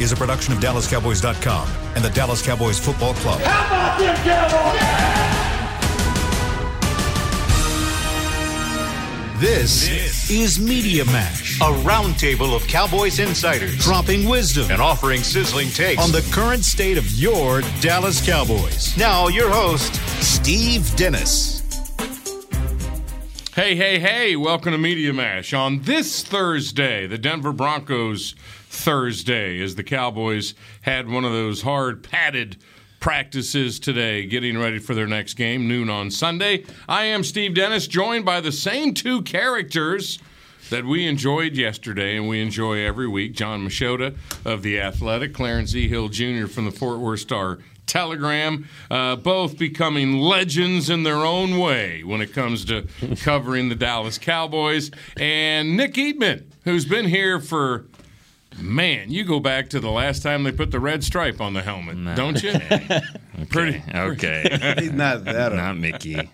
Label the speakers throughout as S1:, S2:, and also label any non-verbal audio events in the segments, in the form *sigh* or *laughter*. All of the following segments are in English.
S1: is a production of DallasCowboys.com and the Dallas Cowboys Football Club.
S2: How about them Cowboys?
S3: This, is Media Mash,
S4: A roundtable of Cowboys insiders
S3: dropping wisdom
S4: and offering sizzling takes
S3: on the current state of your Dallas Cowboys.
S4: Now, your host, Steve Dennis.
S5: Hey, hey, hey, welcome to Media Mash. On this Thursday, the Denver Broncos Thursday, as the Cowboys had one of those hard padded practices today, getting ready for their next game, noon on Sunday. I am Steve Dennis, joined by the same two characters that we enjoyed yesterday and we enjoy every week. John Machoda of The Athletic, Clarence E. Hill Jr. from the Fort Worth Star Telegram, uh, both becoming legends in their own way when it comes to covering the Dallas Cowboys, and Nick Eatman, who's been here for. Man, you go back to the last time they put the red stripe on the helmet, don't you? Pretty.
S6: *laughs*
S7: Okay,
S6: He's not that.
S7: not Mickey.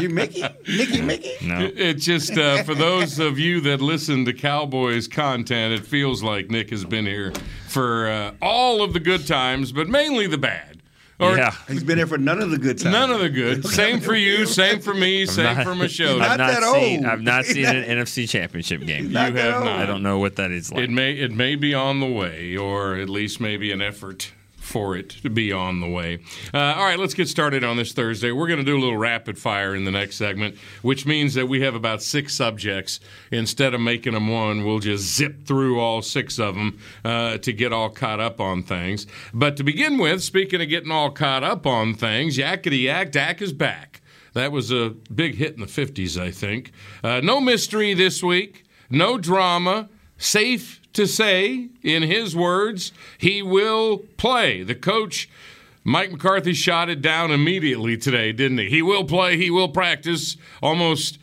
S6: You Mickey? Nicky Mickey?
S7: No,
S5: It just uh, for those of you that listen to Cowboys content, it feels like Nick has been here for uh, all of the good times, but mainly the bad. Or
S7: yeah,
S6: He's been here for none of the good times.
S5: none of the
S7: *laughs*
S5: good. Same for you. Same for me. Same
S7: not-
S5: for
S7: *laughs*
S5: Michelle.
S6: not
S7: I've not
S6: that
S7: seen.
S6: old.
S7: I've not seen
S6: *laughs*
S7: an NFC Championship game.
S6: Not
S5: You
S6: that
S5: have
S6: old.
S5: not.
S7: I don't know what that is like.
S5: It may it may be on the way, or at least maybe an effort for it to be on the way. Uh, all right, let's get started on this Thursday. We're going to do a little rapid fire in the next segment, which means that we have about six subjects. Instead of making them one, we'll just zip through all six of them uh, to get all caught up on things. But to begin with, speaking of getting all caught up on things, yakety yak, Dak is back. That was a big hit in the 50s, I think. Uh, no mystery this week, no drama. Safe to say, in his words, he will play. The coach, Mike McCarthy, shot it down immediately today, didn't he? He will play, he will practice, almost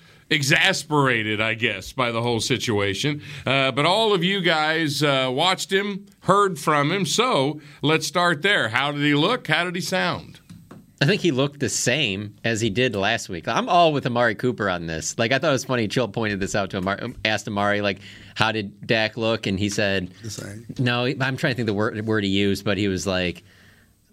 S5: exasperated, I guess, by the whole situation. Uh, but all of you guys uh, watched him, heard from him. So let's start there. How did he look? How did he sound?
S8: I think he looked the same as he did last week. I'm all with Amari Cooper on this. Like I thought it was funny. Chill pointed this out to Amari, asked Amari like, "How did Dak look?" And he said,
S6: same.
S8: "No, I'm trying to think the word word he used, but he was like,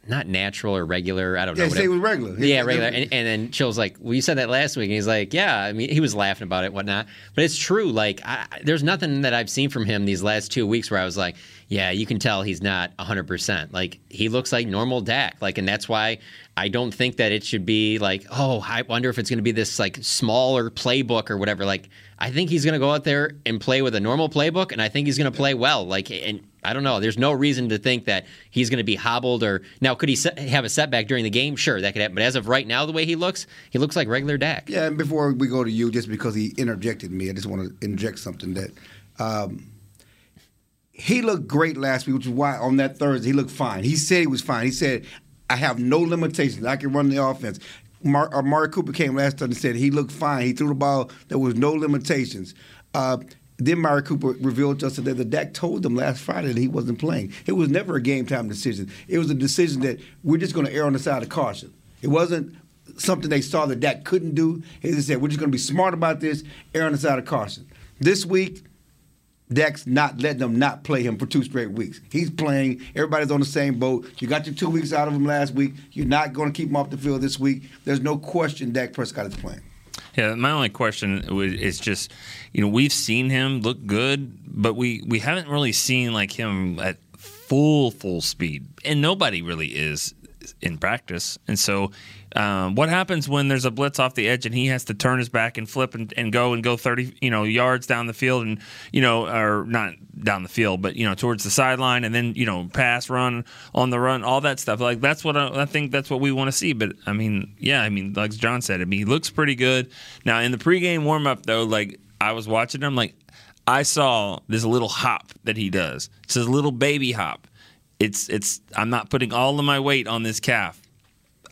S8: not natural or regular. I don't
S6: Yeah,
S8: know.
S6: he said he
S8: whatever.
S6: was regular. He
S8: Yeah,
S6: said
S8: regular.
S6: that-
S8: And, and then Chill's like, "Well, you said that last week," and he's like, "Yeah." I mean, he was laughing about it, and whatnot. But it's true. Like, I, I- there's nothing that I've seen from him these last two weeks where I was like, "Yeah, you can tell he's not 100." percent Like, he looks like normal Dak. Like, and that's why I don't think that it should be like, "Oh, I wonder if it's going to be this like smaller playbook or whatever." Like, I think he's going to go out there and play with a normal playbook, and I think he's going to play well. Like, and I don't know. There's no reason to think that he's going to be hobbled or now could he se- have a setback during the game? Sure, that could happen. But as of right now, the way he looks, he looks like regular Dak.
S6: Yeah, and before we go to you, just because he interjected me, I just want to interject something that um, he looked great last week, which is why on that Thursday he looked fine. He said he was fine. He said, "I have no limitations. I can run the offense." Mark, uh, Mark Cooper came last time and said he looked fine. He threw the ball. There was no limitations. Uh, then Mari Cooper revealed to us today that Dak told them last Friday that he wasn't playing. It was never a game time decision. It was a decision that we're just going to err on the side of caution. It wasn't something they saw that Dak couldn't do. He just said, "We're just going to be smart about this, err on the side of caution." This week, Dak's not letting them not play him for two straight weeks. He's playing. Everybody's on the same boat. You got your two weeks out of him last week. You're not going to keep him off the field this week. There's no question Dak Prescott is playing.
S7: Yeah, my only question wa- is just, you know, we've seen him look good, but we we haven't really seen like him at full full speed, and nobody really is in practice. And so, um, what happens when there's a blitz off the edge and he has to turn his back and flip and, and go and go thirty, you know, yards down the field and you know, or not down the field, but you know, towards the sideline and then you know, pass, run on the run, all that stuff. Like that's what I, I think that's what we want to see. But I mean, yeah, I mean, like John said, I mean, he looks pretty good. Now in the pregame warm up though, like I was watching him, like I saw this little hop that he does. It's a little baby hop. It's it's. I'm not putting all of my weight on this calf.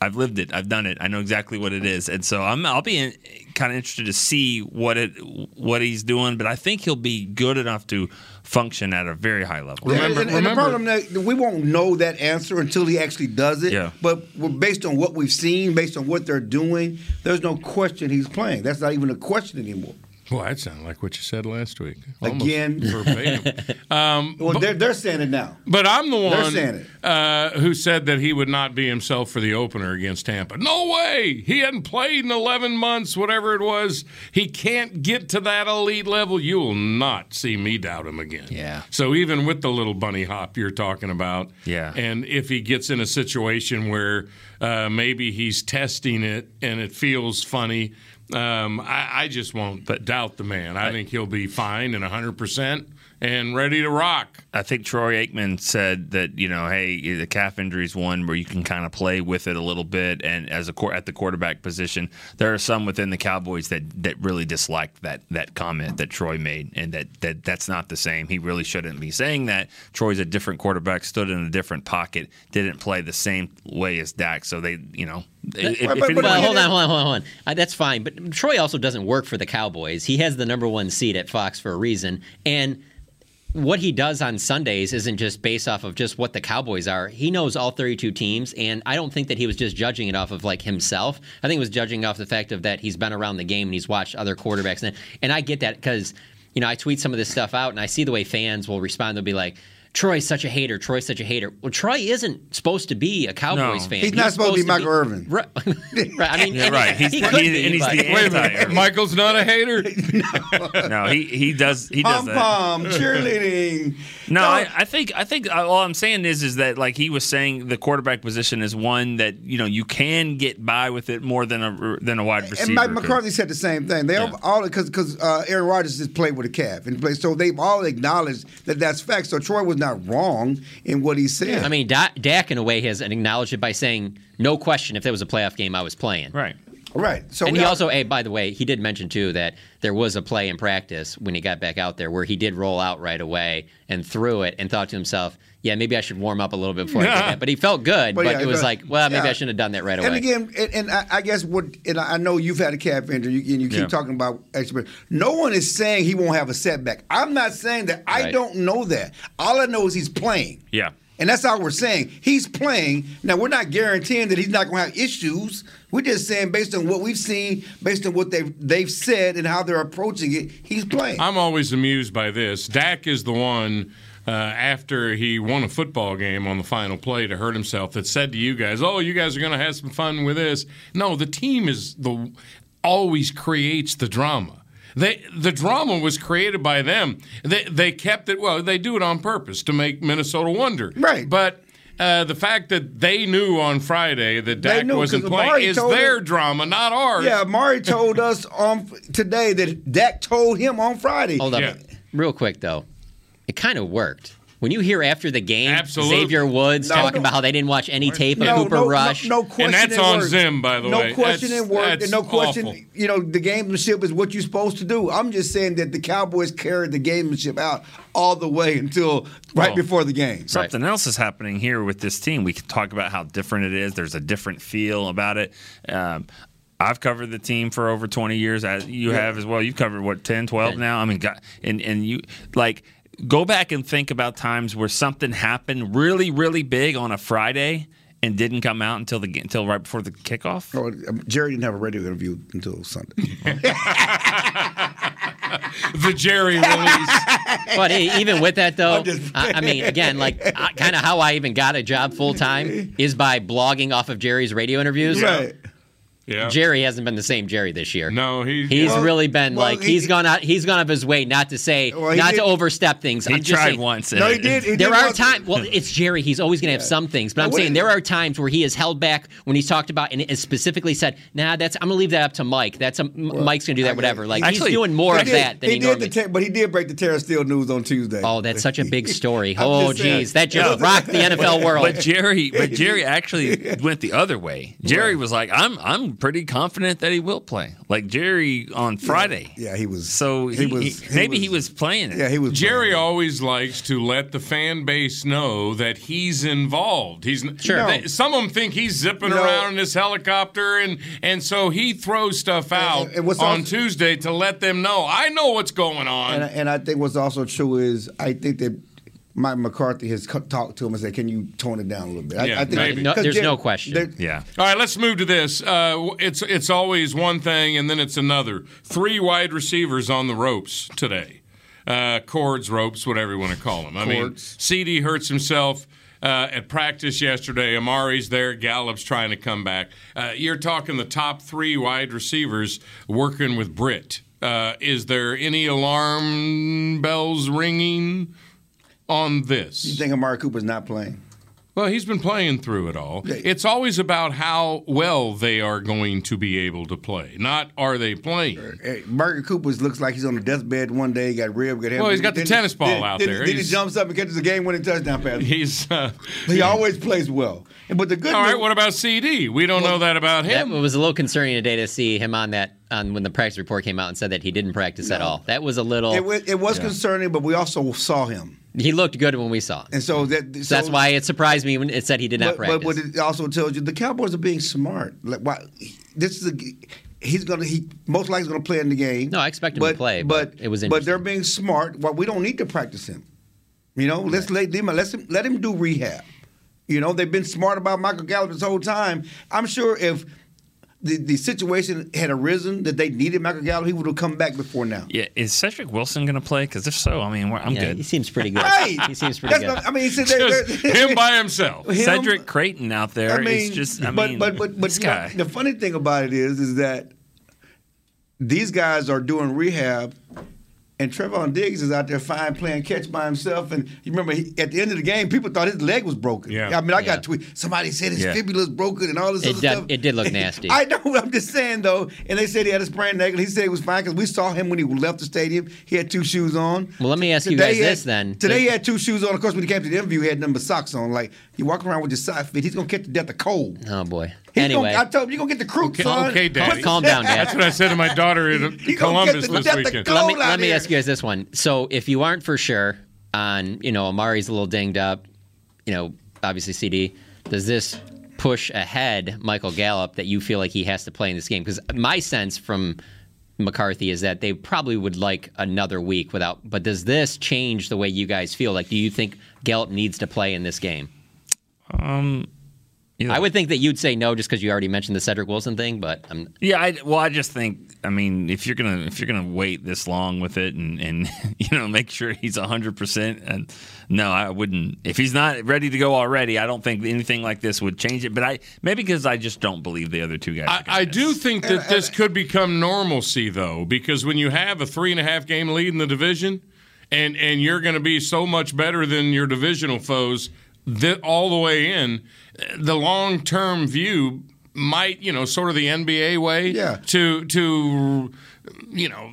S7: I've lived it. I've done it. I know exactly what it is, and so I'm. I'll be in, kind of interested to see what it what he's doing, but I think he'll be good enough to function at a very high level.
S5: Remember-
S6: and, and
S5: remember-
S6: the problem that we won't know that answer until he actually does it.
S7: Yeah.
S6: But we're- based on what we've seen, based on what they're doing, there's no question he's playing. That's not even a question anymore.
S5: Well, that sounded like what you said last week.
S6: Again.
S5: verbatim. um,
S6: Well,
S5: but-
S6: they're, they're saying it now.
S5: But I'm the
S6: They're
S5: one
S6: saying
S5: uh, who said that he would not be himself for the opener against Tampa. No way. He hadn't played in 11 months, whatever it was. He can't get to that elite level. You will not see me doubt him again.
S7: Yeah.
S5: So even with the little bunny hop you're talking about,
S7: Yeah.
S5: and if he gets in a situation where uh, maybe he's testing it and it feels funny. Um, I, I just won't doubt the man. I think he'll be fine and 100% and ready to rock.
S7: I think Troy Aikman said that you know, hey, the calf injury is one where you can kind of play with it a little bit, and as a quar- at the quarterback position, there are some within the Cowboys that that really disliked that that comment that Troy made, and that that that's not the same. He really shouldn't be saying that. Troy's a different quarterback, stood in a different pocket, didn't play the same way as Dak, so they, you know, if, if
S6: But- but-
S7: anybody-
S8: Well, hold on, hold on, hold on. hold on. Uh, that's fine. But Troy also doesn't work for the Cowboys. He has the number one seat at Fox for a reason. And what he does on Sundays isn't just based off of just what the Cowboys are. He knows all 32 teams. And I don't think that he was just judging it off of like himself. I think it was judging off the fact of that he's been around the game and he's watched other quarterbacks. And, and I get that because, you know, I tweet some of this stuff out and I see the way fans will respond. They'll be like, Troy's such a hater. Troy's such a hater. Well, Troy isn't supposed to be a Cowboys
S7: No.
S8: fan.
S6: He's not supposed to be Michael Irvin.
S8: Right. *laughs* right. I mean,
S7: Yeah,
S8: and-
S7: right. He's-
S8: he could
S7: he-
S8: be,
S7: and he's
S8: but-
S7: the
S5: Wait a
S7: Entire.
S5: minute. Michael's not a hater.
S7: *laughs* no, he he does he does
S6: Pom
S7: that. *laughs*
S6: pom, cheerleading.
S7: No, I, I think I think uh, all I'm saying is is that like he was saying the quarterback position is one that you know you can get by with it more than a than a wide receiver.
S6: And Mike
S7: could.
S6: McCarthy said the same thing. They all all because because uh, Aaron Rodgers just played with a calf and played, so they've all acknowledged that that's fact. So Troy was not wrong in what he said.
S8: I mean, Da- Dak in a way has acknowledged it by saying, "No question, if there was a playoff game, I was playing."
S7: right?
S6: right. So
S8: And
S6: we
S8: he
S6: all-
S8: also, hey, by the way, he did mention too that there was a play in practice when he got back out there where he did roll out right away and threw it and thought to himself, "Yeah, maybe I should warm up a little bit before I did that." But he felt good, but,
S6: yeah,
S8: it was
S6: but-
S8: like, "Well, maybe
S6: yeah.
S8: I shouldn't have done that right away."
S6: And again, and, and I, I guess what, and I I know you've had a calf injury, you, and you keep
S7: Yeah.
S6: talking about experience. No one is saying he won't have a setback. I'm not saying that. I
S8: Right.
S6: don't know that. All I know is he's playing.
S7: Yeah.
S6: And that's all we're saying. He's playing. Now we're not guaranteeing that he's not going to have issues. We're just saying based on what we've seen, based on what they've they've said and how they're approaching it, he's
S5: *laughs*
S6: playing.
S5: I'm always amused by this. Dak is the one uh, after he won a football game on the final play to hurt himself that said to you guys, "Oh, you guys are going to have some fun with this." No, the team is the always creates the drama. They, the drama was created by them. They, they kept it well. They do it on purpose to make Minnesota wonder.
S6: Right.
S5: But uh, the fact that they knew on Friday that
S6: They
S5: Dak
S6: knew,
S5: wasn't
S6: 'cause
S5: playing
S6: Amari
S5: is
S6: told
S5: their
S6: them-
S5: drama, not ours.
S6: yeah,
S5: *laughs*
S6: Mari told us on today that Dak told him on Friday.
S8: Hold up,
S5: Yeah.
S8: real quick though, it kind of worked. When you hear after the game,
S5: Absolutely.
S8: Xavier Woods
S6: No,
S8: talking
S6: no.
S8: about how they didn't watch any tape of
S6: no,
S8: Cooper
S6: no,
S8: Rush,
S6: No, no question.
S5: And that's
S6: in
S5: on
S6: words.
S5: Zim, by the
S6: no
S5: way.
S6: No question
S5: That's-
S6: in words.
S5: that's
S6: and No question.
S5: awful.
S6: You know, the gamesmanship is what you're supposed to do. I'm just saying that the Cowboys carried the gamesmanship out all the way until right
S5: Well,
S6: before the game.
S8: Right.
S7: Something else is happening here with this team. We can talk about how different it is. There's a different feel about it. Um, I've covered the team for over 20 years. As you have as well. You've covered what 10, 12
S8: Ten.
S7: now. I mean, God, and and you like go back and think about times where something happened really, really big on a Friday and didn't come out until the until right before the kickoff.
S6: Oh, um, Jerry didn't have a radio interview until Sunday.
S5: The Jerry
S6: *laughs*
S5: release.
S8: but hey, even with that though,
S6: I'm just-
S8: I, I mean, again, like kind of how I even got a job
S6: *laughs*
S8: full time is by blogging off of Jerry's radio interviews.
S6: Right.
S5: yeah.
S8: Jerry hasn't been the same Jerry this year.
S5: No, he- uh,
S8: he's
S5: Well,
S8: really been
S6: well,
S8: like
S6: he-
S8: he's gone out he's gone out of his way not to say
S6: Well, he
S8: not
S6: did-
S8: to overstep things.
S7: He
S8: I'm just
S7: tried
S8: saying,
S7: once.
S6: No, he
S7: and-
S6: did. he
S8: There
S6: did
S8: are
S6: once-
S8: times. Well, it's Jerry. He's always going to have some things. But I'm
S6: Wait.
S8: saying there are times where he is held back when he's talked about and it is specifically said, "Nah, that's I'm going to leave that up to Mike. That's a, M- Mike's going to do that. Whatever." Like
S7: Actually,
S8: he's doing more
S6: He
S8: of
S6: did-
S8: that than he,
S6: did the
S8: normally.
S6: ter- but he did break the Terror Steele news on Tuesday.
S8: oh, that's such a big story.
S6: *laughs* I'm
S8: oh,
S6: just saying.
S8: geez, that just rocked
S6: *laughs*
S8: the NFL world.
S7: But Jerry, but Jerry actually went the other way. Jerry was like, "I'm, I'm pretty confident that he will play." Like Jerry on Friday.
S6: yeah, he was.
S7: So he, was, maybe he was playing it.
S6: Yeah, he was.
S5: Jerry always likes to let the fan base know that he's involved. He's n-
S8: Sure. No.
S5: They- some of them think he's zipping
S6: No.
S5: around in his helicopter, and and so he throws stuff out
S6: and what's
S5: on
S6: also-
S5: Tuesday to let them know I know what's going on.
S6: And, I- and I think what's also true is I think that Mike McCarthy has co- talked to him and said, "Can you tone it down a little bit?"
S5: Yeah, maybe.
S8: No,
S6: 'cause
S8: there's
S6: Jer-
S8: no question.
S6: there-
S7: Yeah.
S5: All right, let's move to this. Uh, w- it's it's always one thing and then it's another. Three wide receivers on the ropes today, uh, cords, ropes, whatever you want to call them. I mean,
S7: Cords.
S5: CD hurts himself uh, at practice yesterday. Amari's there. Gallup's trying to come back. Uh, you're talking the top three wide receivers working with Britt. Uh, is there any alarm bells ringing on this?
S6: You think Amari Cooper's not playing?
S5: Well, he's been playing through it all. It's always about how well they are going to be able to play, not are they playing.
S6: Hey, Burger Cooper's looks like he's on the deathbed one day. He got rib, got hip.
S5: Well, he's got the
S6: Then-
S5: tennis ball
S6: then-
S5: out
S6: then-
S5: there.
S6: Then he
S5: He's-
S6: jumps up and catches a game-winning touchdown
S5: *laughs*
S6: pass. He,
S5: *laughs* He's uh,
S6: always plays well. And- But the good
S5: all right.
S6: news-
S5: What about CD? We don't know that about
S6: *laughs*
S8: That
S5: him.
S8: was a little concerning today to see him on that on when the practice report came out and said that he didn't practice at all. That was a little.
S6: it was, it was concerning, but we also saw him,
S8: he looked good when we saw him.
S6: and so that
S8: So that's why it surprised me when it said he did not
S6: But,
S8: practice.
S6: but what it also tells you, the Cowboys are being smart. Like, why? This is a. He's gonna. He most likely gonna play in the game.
S8: No, I expect him to play, but it was
S6: But they're being smart. Well, we don't need to practice him. You know, let's let them. Let him. Let him do rehab. You know, they've been smart about Michael Gallup this whole time. I'm sure if the, the situation had arisen that they needed Michael Gallup, he would have come back before now.
S7: Yeah, is Cedric Wilson going to play? Because if so, I mean, we're, I'm
S8: yeah,
S7: good.
S8: he seems pretty good.
S6: Right.
S8: He seems pretty
S6: That's
S8: good.
S6: not- I mean, he
S8: *laughs*
S6: said
S5: Just
S6: *laughs*
S5: him by himself.
S6: him-
S7: Cedric Creighton out there is
S6: I mean,
S7: just. I
S6: but,
S7: mean,
S6: but but but
S7: this
S6: you know,
S7: guy.
S6: the funny thing about it is, is that these guys are doing rehab, and Trevon Diggs is out there fine playing catch by himself. And you remember he, at the end of the game, people thought his leg was broken.
S5: Yeah.
S6: I mean, I
S8: Yeah.
S6: got tweet. Somebody said his
S7: Yeah.
S6: fibula's broken and all this
S8: It
S6: other
S8: did-
S6: stuff.
S8: it did look
S6: *laughs*
S8: nasty.
S6: I know. I'm just saying though. And they said he had a sprained ankle. He said he was fine because we saw him when he left the stadium. He had two shoes on.
S8: Well, let me ask you guys
S6: he had-
S8: this, then.
S6: Today he
S8: Did-
S6: had two shoes on. Of course, when he came to the interview, he had nothing but socks on. Like you walk around with your sock fit, he's gonna catch the death of cold.
S8: oh boy.
S6: He's
S8: anyway,
S6: gonna, I told him you're gonna get the crew,
S5: Okay,
S6: son.
S5: okay, Daddy.
S8: calm down, Dad.
S5: That's what I said to my daughter in
S6: *laughs* He gonna
S5: Columbus
S6: get the
S5: this
S6: death of
S5: weekend.
S6: God.
S8: let me
S6: cold out
S8: let me
S6: here.
S8: ask you guys this one. So if you aren't for sure on you know Amari's a little dinged up, you know obviously CD, does this push ahead Michael Gallup that you feel like he has to play in this game? Because my sense from McCarthy is that they probably would like another week without. But does this change the way you guys feel? Like, do you think Gallup needs to play in this game?
S7: Um, Yeah.
S8: I would think that you'd say no just because you already mentioned the Cedric Wilson thing, but um, I'm,
S7: Yeah, I, well, I just think, I mean, if you're gonna if you're gonna wait this long with it and and *laughs* you know make sure he's hundred percent, and no, I wouldn't. If he's not ready to go already, I don't think anything like this would change it. But I maybe because I just don't believe the other two guys.
S5: I,
S7: are gonna
S5: I
S7: miss.
S5: do think that this could become normalcy, though, because when you have a three and a half game lead in the division, and and you're going to be so much better than your divisional foes th- all the way in, the long term view might you know sort of the NBA way
S6: Yeah.
S5: to to you know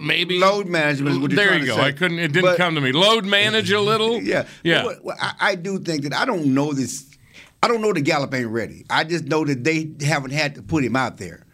S5: maybe
S6: Load management is what you're
S5: there
S6: trying
S5: you
S6: to
S5: go
S6: say.
S5: I couldn't it didn't
S6: But-
S5: come to me load manage a little
S6: *laughs* Yeah,
S5: yeah
S6: Well, well, I, I do think that I don't know this. I don't know the Gallup ain't ready. I just know that they haven't had to put him out there.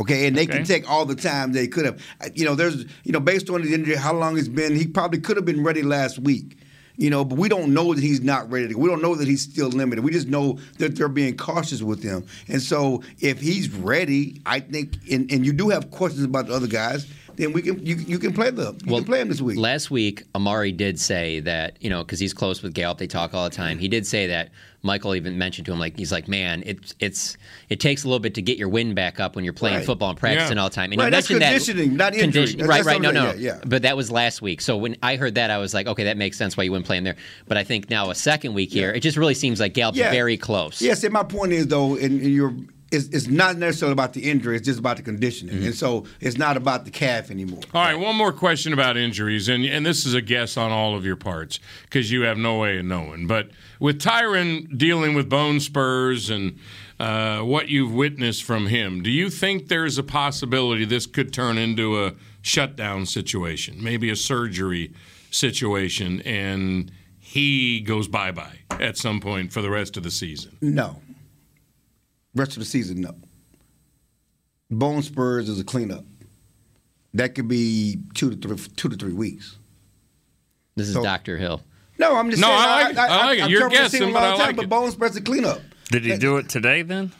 S6: Okay, and they can take all the time they could have. Uh, You know, there's you know based on his injury, how long it's been, he probably could have been ready last week. You know, but we don't know that he's not ready. to- We don't know that he's still limited. We just know that they're being cautious with him. And so, if he's ready, I think, and, and you do have questions about the other guys, then we can you, you can play them. You
S8: Well,
S6: can play him this week.
S8: Last week, Amari did say that, you know, because he's close with Gallup, they talk all the time. He did say that Michael even mentioned to him, like, he's like, man, it's it's it takes a little bit to get your wind back up when you're playing
S6: Right.
S8: football and practicing
S5: Yeah.
S8: all the time. And he
S6: Right, that's
S8: mentioned that-
S6: conditioning, not injury. That's-
S8: right,
S6: that's
S8: right. No,
S6: something-
S8: no.
S6: yeah, yeah.
S8: But that was last week. So when I heard that, I was like, okay, that makes sense why you wouldn't play him there. But I think now a second week here, it just really seems like Gallup's
S6: Yeah.
S8: very close.
S6: Yes, and my point is though, and, and you're, it's, it's not necessarily about the injury; it's just about the conditioning,
S5: Mm-hmm.
S6: and so it's not about the calf anymore.
S5: All right, one more question about injuries, and and this is a guess on all of your parts because you have no way of knowing. But with Tyron dealing with bone spurs and uh, what you've witnessed from him, do you think there's a possibility this could turn into a shutdown situation, maybe a surgery situation, and he goes bye bye at some point for the rest of the season?
S6: No, rest of the season, no. Bone spurs is a cleanup. That could be two to three, two to three weeks.
S8: This is
S6: So-
S8: Dr. Hill.
S6: No, I'm just
S5: No,
S6: saying.
S5: I like it. I like it.
S6: I've
S5: You're
S6: covered the
S5: guessing,
S6: team a
S5: but
S6: lot
S5: I
S6: of time,
S5: like it.
S6: But bone spurs is a cleanup.
S7: Did he do it today? Then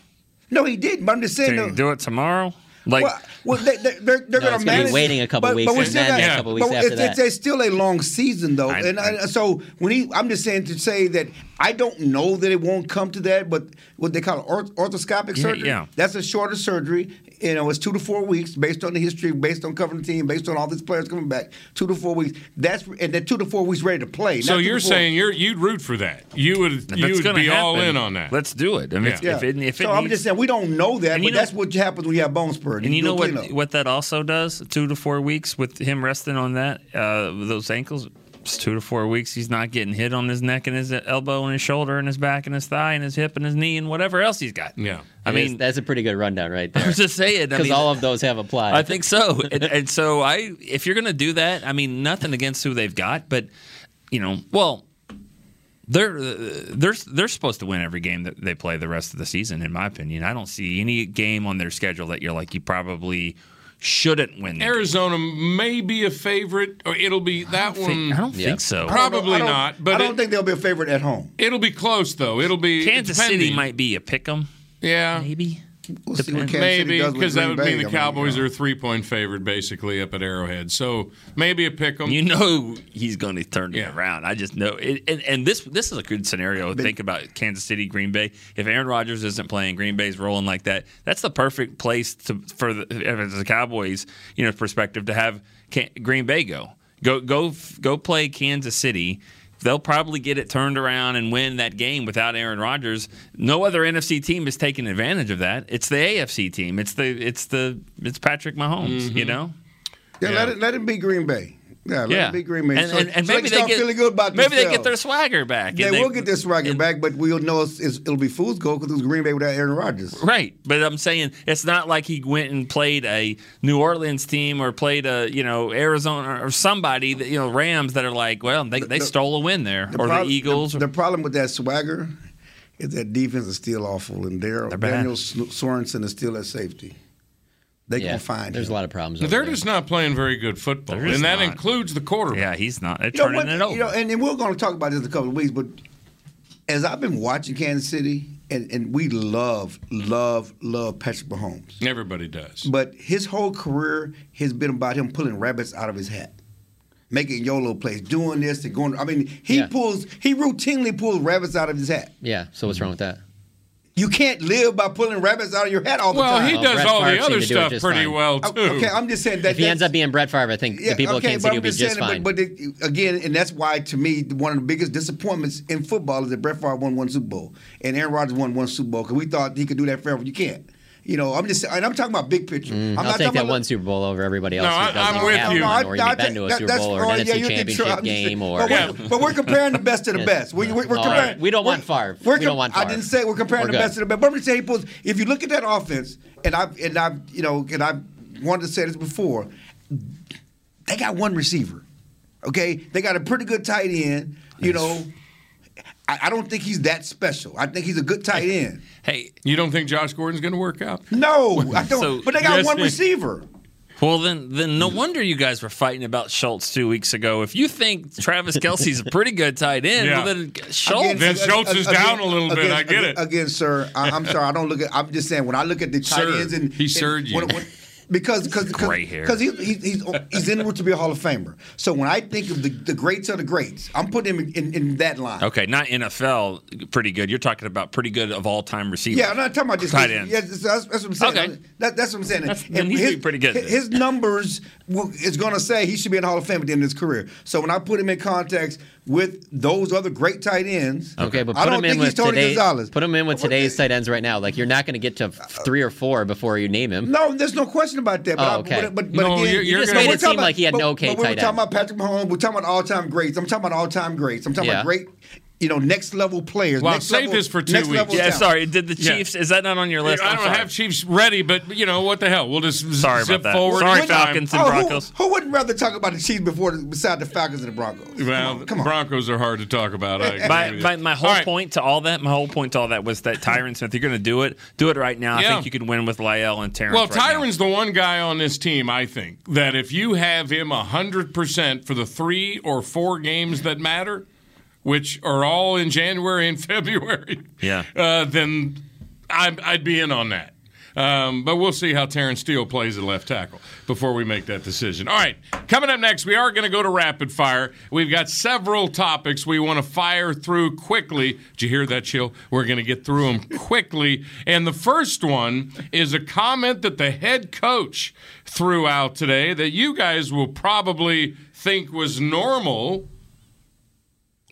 S6: No, he didn't. But I'm just saying.
S7: did he
S6: though-
S7: do it tomorrow? Like,
S6: well, well, they, they, they're they're
S8: No,
S6: going
S8: it's
S6: to
S8: gonna be
S6: manage.
S8: waiting a couple
S6: but,
S8: weeks
S6: but we're
S8: and
S6: still
S8: then
S6: not-
S5: a
S8: couple weeks
S6: but
S8: after
S6: it's,
S8: that.
S6: It's, it's still a long season though,
S7: I-
S6: and I, so when he, I'm just saying to say that I don't know that it won't come to that, but what they call it, orth- orthoscopic
S7: Yeah,
S6: surgery.
S7: yeah.
S6: That's a shorter surgery. You know, it's two to four weeks based on the history, based on covering the team, based on all these players coming back. Two to four weeks. That's and that two to four weeks ready to play.
S5: So
S6: not two to
S5: you're
S6: four-
S5: saying you're, you'd root for that. You would
S7: if
S5: you
S7: it's
S5: would
S7: gonna
S5: be all
S7: happen,
S5: in on that.
S7: Let's do it. I mean,
S5: Yeah.
S7: if it, if it
S6: so I'm
S7: needs-
S6: just saying we don't know that,
S7: And
S6: but
S7: you know-
S6: that's what happens when you have bone spur.
S7: And you
S6: do
S7: know
S6: a
S7: what?
S6: cleanup.
S7: What that also does, two to four weeks with him resting on that, uh, those ankles. It's two to four weeks. He's not getting hit on his neck and his elbow and his shoulder and his back and his thigh and his hip and his knee and whatever else he's got.
S5: Yeah.
S7: I
S8: It is-
S7: mean, *laughs*
S8: that's a pretty good rundown right
S7: I
S8: there.
S7: was
S8: *laughs*
S7: just saying. I
S8: Because
S7: mean,
S8: all of those have applied.
S7: I think so. and, and so I, if you're gonna do that, I mean, nothing against who they've got, but you know, well, they're uh, they're they're supposed to win every game that they play the rest of the season. In my opinion, I don't see any game on their schedule that you're like you probably shouldn't win. that game.
S5: Arizona may be a favorite, or it'll be that
S7: I think-
S5: one.
S7: I don't
S8: Yeah.
S7: think so.
S6: I don't know. I
S5: Probably
S6: don't-
S5: not, but
S6: I don't
S5: it-
S6: think they'll be a favorite at home.
S5: It'll be close though. It'll be
S7: Kansas
S5: depending.
S7: City might be a pick 'em,
S5: Yeah.
S7: maybe.
S6: We'll see what
S7: Depends.
S6: Kansas City
S5: Maybe
S6: does with
S5: because that
S6: Green
S5: would mean
S6: Bay.
S5: the
S6: I mean,
S5: Cowboys
S6: you
S5: are a three-point favorite, basically up at Arrowhead. So maybe a pick 'em.
S7: You know he's going to turn it
S5: Yeah.
S7: around. I just know, it, and, and this this is a good scenario. to Think about Kansas City, Green Bay. If Aaron Rodgers isn't playing, Green Bay's rolling like that. That's the perfect place to for the, if it's the Cowboys, you know, perspective to have Can, Green Bay go go go go play Kansas City. They'll probably get it turned around and win that game without Aaron Rodgers. No other NFC team is taking advantage of that. It's the AFC team. It's the it's the it's Patrick Mahomes. You know.
S6: Yeah, let it let it be Green Bay. Yeah, let it be Green Bay.
S7: And,
S6: So-
S7: and, and
S6: so
S7: maybe
S6: they,
S7: they
S6: start
S7: get
S6: feeling good about
S7: maybe they get
S6: themselves.
S7: their swagger back.
S6: They,
S7: and
S6: will get this rocket
S7: and-
S6: back, but we'll know it's, it's, it'll be fool's gold because it was Green Bay without Aaron Rodgers.
S7: Right, but I'm saying it's not like he went and played a New Orleans team or played a you know Arizona or somebody that you know Rams that are like, well, they, they stole a win there or
S6: prob-
S7: the Eagles.
S6: The, problem with that swagger is that defense is still awful, and Dar-
S7: bad.
S6: Daniel S- Sorensen is still at safety. They
S8: yeah,
S6: can find
S8: there's
S6: him.
S8: a lot of problems. over
S5: They're
S8: there.
S5: just not playing very good football,
S7: They're just
S5: and that
S7: not.
S5: includes the quarterback.
S7: yeah, he's not. They're
S6: You know,
S7: turning
S6: what-
S7: it over.
S6: you know, and, and we're going to talk about this in a couple of weeks, but as I've been watching Kansas City, and, and we love, love, love Patrick Mahomes.
S5: Everybody does.
S6: But his whole career has been about him pulling rabbits out of his hat, making YOLO plays, doing this and going. I mean, he
S8: Yeah.
S6: pulls, he routinely pulls rabbits out of his hat.
S8: Yeah. So what's wrong with that?
S6: You can't live by pulling rabbits out of your hat all the
S5: Well,
S6: time.
S5: he
S8: Well,
S5: does
S8: Brett
S5: all
S8: Favre
S5: the
S8: seemed
S5: other
S8: to do it
S5: stuff
S8: just
S5: pretty
S8: fine.
S5: well too.
S6: Oh, okay, I'm just saying that
S8: If he
S6: that's-
S8: ends up being Brett Favre, I think the people of
S6: okay,
S8: Kansas
S6: but
S8: City will
S6: I'm
S8: be
S6: saying
S8: just
S6: that-
S8: fine.
S6: But, but it- again, and that's why to me one of the biggest disappointments in football is that Brett Favre won one Super Bowl and Aaron Rodgers won one Super Bowl because we thought he could do that forever. You can't. You know, I'm just and I'm talking about big picture. I'm
S8: Mm, Mm-hmm. I'll
S6: not
S8: take
S6: talking
S8: that
S6: about-
S8: one Super Bowl over everybody else
S5: No, I-
S8: who doesn't
S5: I'm
S8: even
S5: with
S8: have
S5: you.
S8: one, or
S6: I- I
S8: even been to a
S6: that-
S8: Super
S6: that's-
S8: Bowl or
S6: oh,
S8: an
S6: yeah,
S8: NFC
S6: you're getting
S8: championship
S6: tr- I'm just-
S8: game, or
S6: But we're, but we're comparing the best to the
S8: *laughs* Yeah.
S6: best. We, we, we're
S8: All
S6: comparing,
S8: right. We don't want
S6: we're-
S8: Favre.
S6: we're
S8: We don't want
S6: I
S8: Favre.
S6: didn't say we're comparing
S8: We're
S6: the
S8: good.
S6: best to the best. But I'm just saying, he pulls- if you look at that offense, and I've and I've you know, and I've wanted to say this before, they got one receiver. Okay, they got a pretty good tight end. You know, I, I don't think he's that special. I think he's a good tight end.
S7: hey,
S5: You don't think Josh Gordon's going to work out?
S6: No,
S8: *laughs*
S6: I don't.
S7: So,
S6: but they got
S7: yes,
S6: one
S7: it-
S6: receiver.
S7: well then, then no wonder you guys were fighting about Schultz two weeks ago. If you think Travis Kelsey's a pretty good tight end,
S5: Yeah.
S7: well, then Schultz.
S6: Again,
S5: Vince
S6: ag-
S5: Schultz is
S6: ag-
S5: down a little bit. I get
S6: again-
S5: it.
S6: Again, sir, I, I'm sorry. I don't look at. I'm just saying when I look at the tight
S5: Sir.
S6: ends and
S5: He
S6: and
S5: served you.
S6: because because
S7: Gray hair.
S6: because he, he, he's he's in route to be a Hall of Famer. So when I think of the, the greats of the greats, I'm putting him in, in, in that line.
S7: Okay, not NFL pretty good. You're talking about pretty good of all time receivers.
S6: Yeah, I'm not talking about just
S7: Tight end.
S6: Yeah, that's, that's what I'm saying.
S7: Okay.
S6: That, that's what I'm saying.
S7: That's-
S6: And
S7: then he's doing pretty good.
S6: His numbers will, is going to say he should be in the Hall of Fame at the end of his career. So when I put him in context with those other great tight ends,
S8: Okay, but
S6: I
S8: put
S6: don't
S8: him in
S6: think he's
S8: with
S6: Tony
S8: today,
S6: Gonzalez.
S8: Put him in with
S6: But-
S8: today's tight ends right now. Like you're not going to get
S6: Uh,
S8: to f- three or four before you name him.
S6: No, there's no question about that. But,
S8: Oh,
S6: I-
S8: okay.
S6: but, but, but
S5: No,
S6: again,
S5: you're- You you're just
S8: gonna- made
S6: We're
S8: it
S6: talking
S8: seem like he had an
S6: but-
S8: okay
S6: but we We're
S8: tight
S6: talking
S8: end.
S6: about Patrick Mahomes. We're talking about all-time greats. I'm talking about all-time greats. I'm talking
S8: Yeah.
S6: about great, you know, next-level players.
S5: Well,
S6: next
S5: save
S6: level,
S5: this for two
S6: next
S5: weeks.
S6: level
S7: Yeah,
S6: talent.
S7: sorry. Did the
S5: Yeah.
S7: Chiefs? Is that not on your
S5: I
S7: list? I'm
S5: don't
S7: sorry.
S5: have Chiefs ready, but you know what the hell? We'll just
S7: Sorry
S5: zip
S7: about that.
S5: forward.
S7: Sorry,
S5: Good time.
S7: Falcons.
S6: Oh, who-
S7: Broncos.
S6: Who, wouldn't rather talk about the Chiefs before beside the Falcons and the Broncos?
S5: Well,
S6: come on, come on.
S5: Broncos are hard to talk about. I agree
S7: My,
S5: with you.
S7: my, my whole
S5: All right.
S7: point to all that, my whole point to all that was that Tyron Smith, you're going to do it. Do it right now.
S5: Yeah.
S7: I think you can win with Lyell and Terrence.
S5: Well,
S7: right now.
S5: Tyron's the one guy on this team, I think, that if you have him 100% for the three or four games that matter, which are all in January and *laughs* February,
S7: Yeah.
S5: uh, then I'm, I'd be in on that. Um, but we'll see how Terrence Steele plays at left tackle before we make that decision. All right, coming up next, we are going to go to rapid fire. We've got several topics we want to fire through quickly. Did you hear that, Chill? We're going to get through them *laughs* quickly. And the first one is a comment that the head coach threw out today that you guys will probably think was normal,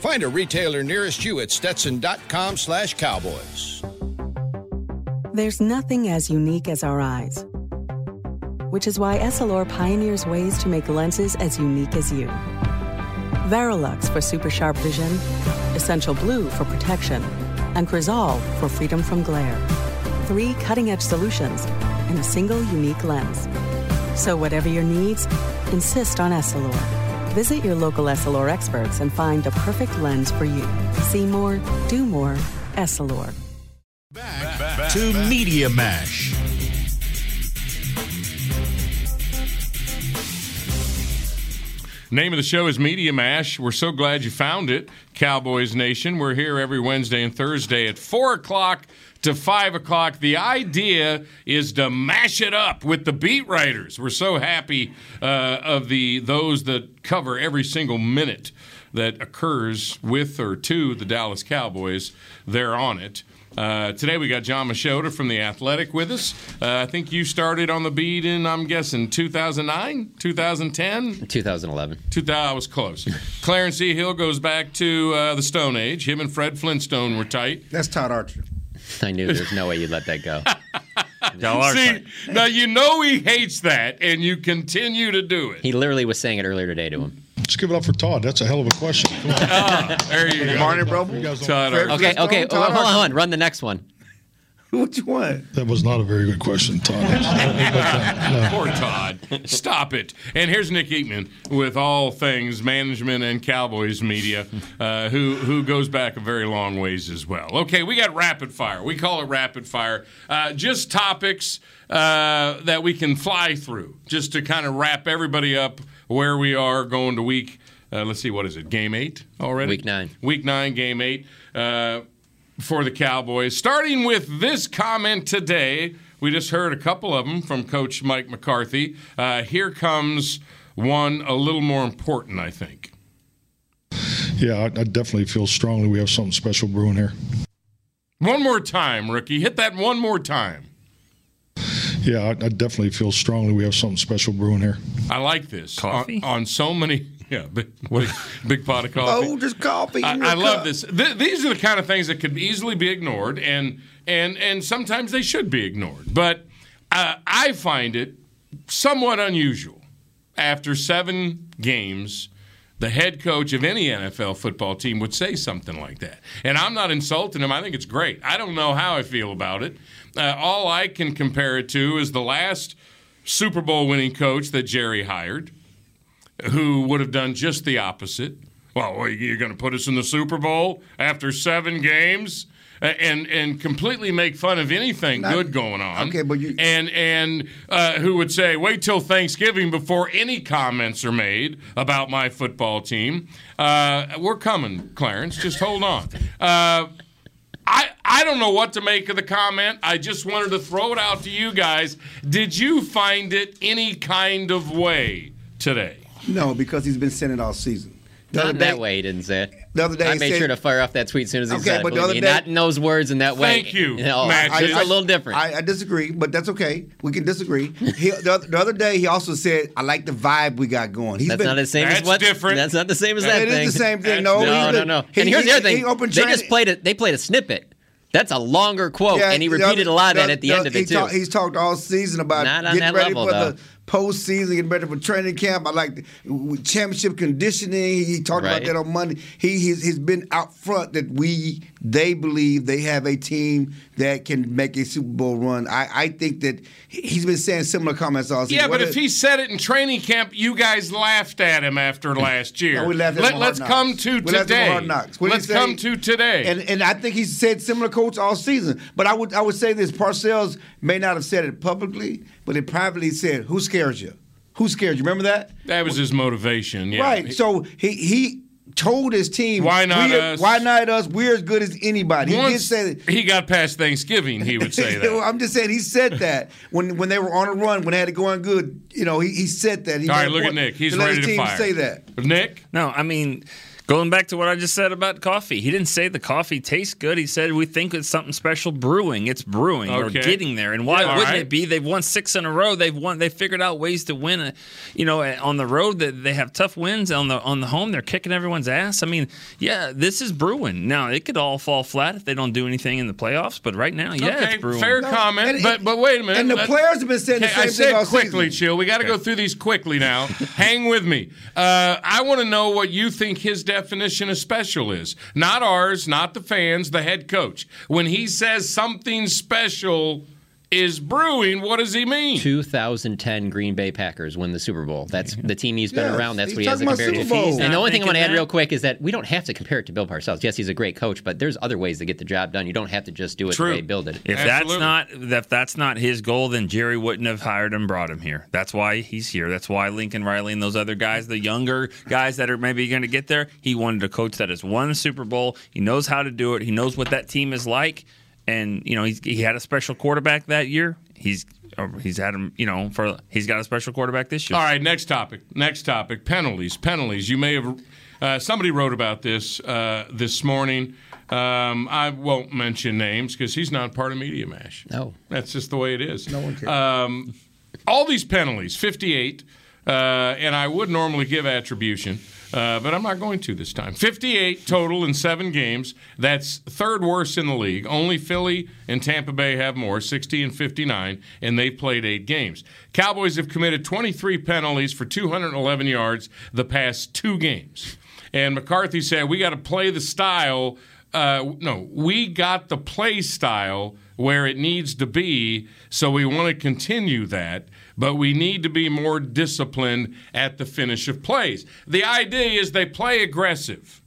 S9: Find a retailer nearest you at stetson.com slash cowboys.
S10: There's nothing as unique as our eyes, which is why Essilor pioneers ways to make lenses as unique as you. Verilux for super sharp vision, Essential Blue for protection and Crizal for freedom from glare. Three cutting edge solutions in a single unique lens. So, whatever your needs, insist on Essilor. Visit your local Essilor experts and find the perfect lens for you. See more, do more, Essilor.
S3: Back, back, back to back. Media Mash.
S5: Name of the show is Media Mash. We're so glad you found it, Cowboys Nation. We're here every Wednesday and Thursday at 4 o'clock to 5 o'clock. The idea is to mash it up with the beat writers. We're so happy uh, of the those that cover every single minute that occurs with or to the Dallas Cowboys. They're on it. Uh, today we got John Machoda from The Athletic with us. Uh, I think you started on the beat in, I'm guessing, 2009, 2010?
S8: 2011.
S5: 2000, I was close. Clarence E. Hill goes back to uh, the Stone Age. Him and Fred Flintstone were tight.
S6: That's Todd Archer. *laughs*
S8: I knew there's no way you'd let that *laughs* go.
S7: Dollar
S5: See, now you know he hates that, and you continue to do it.
S8: He literally was saying it earlier today to him.
S11: Let's give it up for Todd. That's a hell of a question. Come on.
S5: Ah, there you go.
S6: Barney
S5: You
S6: Broble?
S5: guys don't-
S6: Fred-
S8: Okay,
S6: Flintstone,
S8: okay,
S6: Todd
S8: hold on, hold
S6: Archer.
S8: on. Run the next one.
S6: What you want?
S11: That was not a very good question, Todd.
S5: Poor Todd. Stop it. And here's Nick Eatman with all things management and Cowboys media, uh, who who goes back a very long ways as well. Okay, we got rapid fire. We call it rapid fire. Uh, just topics uh, that we can fly through, just to kind of wrap everybody up where we are going to week. Uh, let's see, what is it? Game eight already?
S8: Week nine.
S5: Week nine, game eight. Uh, for the Cowboys. Starting with this comment today, we just heard a couple of them from Coach Mike McCarthy. Uh, here comes one a little more important, I think.
S11: yeah, I, I definitely feel strongly we have something special brewing here.
S5: One more time, rookie. Hit that one more time.
S11: Yeah, I, I definitely feel strongly we have something special brewing here.
S5: I like this.
S7: Coffee?
S5: On, on so many. *laughs* Yeah, big, big, big pot of coffee.
S6: Oh, just coffee. in your
S5: I, I love
S6: cup.
S5: this. Th- these are the kind of things that could easily be ignored, and and and sometimes they should be ignored. But uh, I find it somewhat unusual. After seven games, the head coach of any NFL football team would say something like that, and I'm not insulting him. I think it's great. I don't know how I feel about it. Uh, all I can compare it to is the last Super Bowl winning coach that Jerry hired who would have done just the opposite. Well, what, you're going to put us in the Super Bowl after seven games? a- and and completely make fun of anything good going on. Okay, but you and and uh, who would say wait till Thanksgiving before any comments are made about my football team? Uh, we're coming, Clarence. Just hold on. Uh, I, I don't know what to make of the comment. I just wanted to throw it out to you guys. Did you find it any kind of way today?
S6: No, because he's been sending all season. The
S8: Not
S6: other
S8: in that
S6: day-
S8: way, he didn't say it.
S6: The other day
S8: I
S6: he
S8: made
S6: said-
S8: sure to fire off that tweet as soon as he
S6: Okay,
S8: said it.
S6: but the
S8: believe
S6: other
S8: me.
S6: day-
S8: Not in those words in that way. No, *laughs* it's a little different.
S6: I, I disagree, but that's okay. We can disagree. He, the, oth- the other day, he also said, "I like the vibe we got going." He's
S8: That's
S6: been-
S8: not the same as what. That's not the same as that
S6: It is
S8: thing.
S6: the same thing. No, he's
S8: no, no,
S6: been-
S8: no.
S6: he-
S8: and here's
S6: he-
S8: the other thing.
S6: he opened
S8: they
S6: training-
S8: just played it. They played a snippet. That's a longer quote, and he
S6: the
S8: repeated
S6: other-
S8: a lot of
S6: the-
S8: that at the, end of
S6: he
S8: it too.
S6: talk- he's talked all season about
S8: Not on
S6: getting
S8: that
S6: ready
S8: level,
S6: for
S8: though.
S6: the postseason, getting ready for training camp. I like the, w- championship conditioning. He talked
S8: Right.
S6: about that on Monday. He he's, he's been out front that we they believe they have a team that can make a Super Bowl run. I, I think that he- he's been saying similar comments all season.
S5: Yeah, but
S6: Whether-
S5: if he said it in training camp, you guys laughed at him after last year.
S6: *laughs* No, we laughed at him
S5: Let,
S6: on
S5: let's
S6: Hard
S5: come
S6: Knocks.
S5: to
S6: We laughed at him on
S5: today.
S6: Hard Knocks. What did he
S5: Let's
S6: say?
S5: come to today.
S6: And and I think he said similar quotes all season. But I would I would say this: Parcells may not have said it publicly, but he privately said, "Who scares you? Who scares you?" Remember that?
S5: that was his motivation. Yeah.
S6: Right. So he he told his team,
S5: Why not
S6: "We are-
S5: us?"
S6: Why not us? We're as good as anybody." he did
S5: Once
S6: say that.
S5: he got past Thanksgiving, he would
S6: *laughs*
S7: *laughs*
S5: say that.
S6: I'm just saying he said that when when they were on a run when they had it going good. You know, he, he said that. He
S5: All
S6: made
S5: right,
S6: a
S5: look at
S6: point
S5: Nick. He's
S6: let
S5: ready
S6: his
S5: to
S6: team
S5: fire.
S6: Say that.
S5: Nick?
S7: No, I mean, going back to what I just said about coffee, he didn't say the coffee tastes good. He said we think it's something special brewing. It's brewing or
S5: Okay.
S7: getting there. And why
S5: Yeah, all
S7: wouldn't
S5: right.
S7: it be? They've won six in a row. They've won. They figured out ways to win. A, you know, a- on the road that they have tough wins on the on the home. They're kicking everyone's ass. I mean, yeah, this is brewing. Now it could all fall flat if they don't do anything in the playoffs. But right now, yeah,
S5: okay,
S7: it's brewing.
S5: fair comment, but but wait a minute.
S7: and the
S5: Let-
S7: players have been saying the
S5: Okay,
S7: same
S5: I
S7: thing
S5: said
S7: all season.
S5: quickly, chill. We got to go through these quickly
S7: *laughs*
S5: now. Hang with me. Uh, I want to know what you think his definition of special is. Not ours, not the fans, the head coach. When he says something special is brewing, what does he mean?
S8: 2010 Green Bay Packers win the Super Bowl. That's the team he's been
S5: Yes,
S8: around. That's
S5: he's
S8: what he has to
S5: talking
S8: compare it
S5: about
S8: to.
S5: Super Bowl. He's
S8: And the
S5: not
S8: only thing I want to
S5: thinking
S8: add
S5: that.
S8: real quick is that we don't have to compare it to Bill Parcells. Yes, he's a great coach, but there's other ways to get the job done. You don't have to just do it the way he built it.
S7: If that's not if that's not his goal, then Jerry wouldn't have hired and brought him here. That's why he's here. That's why Lincoln Riley and those other guys, the younger guys that are maybe going to get there, he wanted a coach that has won the Super Bowl. He knows how to do it. He knows what that team is like, and you know he's, he had a special quarterback that year. He's or he's had him. You know for he's got a special quarterback this year.
S5: All right, next topic. Next topic. Penalties. Penalties. You may have. Uh, somebody wrote about this uh, this morning. Um, I won't mention names because he's not part of Media Mash.
S8: No,
S5: that's just the way it is. No one cares. Um, all these penalties, fifty-eight, uh, and I would normally give attribution, uh, but I'm not going to this time. Fifty-eight total in seven games. That's third worst in the league. Only Philly and Tampa Bay have more, sixty and fifty-nine, and they've played eight games. Cowboys have committed twenty-three penalties for two hundred and eleven yards the past two games. And McCarthy said, "We got to play the style. Uh, no, we got the play style where it needs to be. So we want to continue that, but we need to be more disciplined at the finish of plays. The idea is they play aggressive."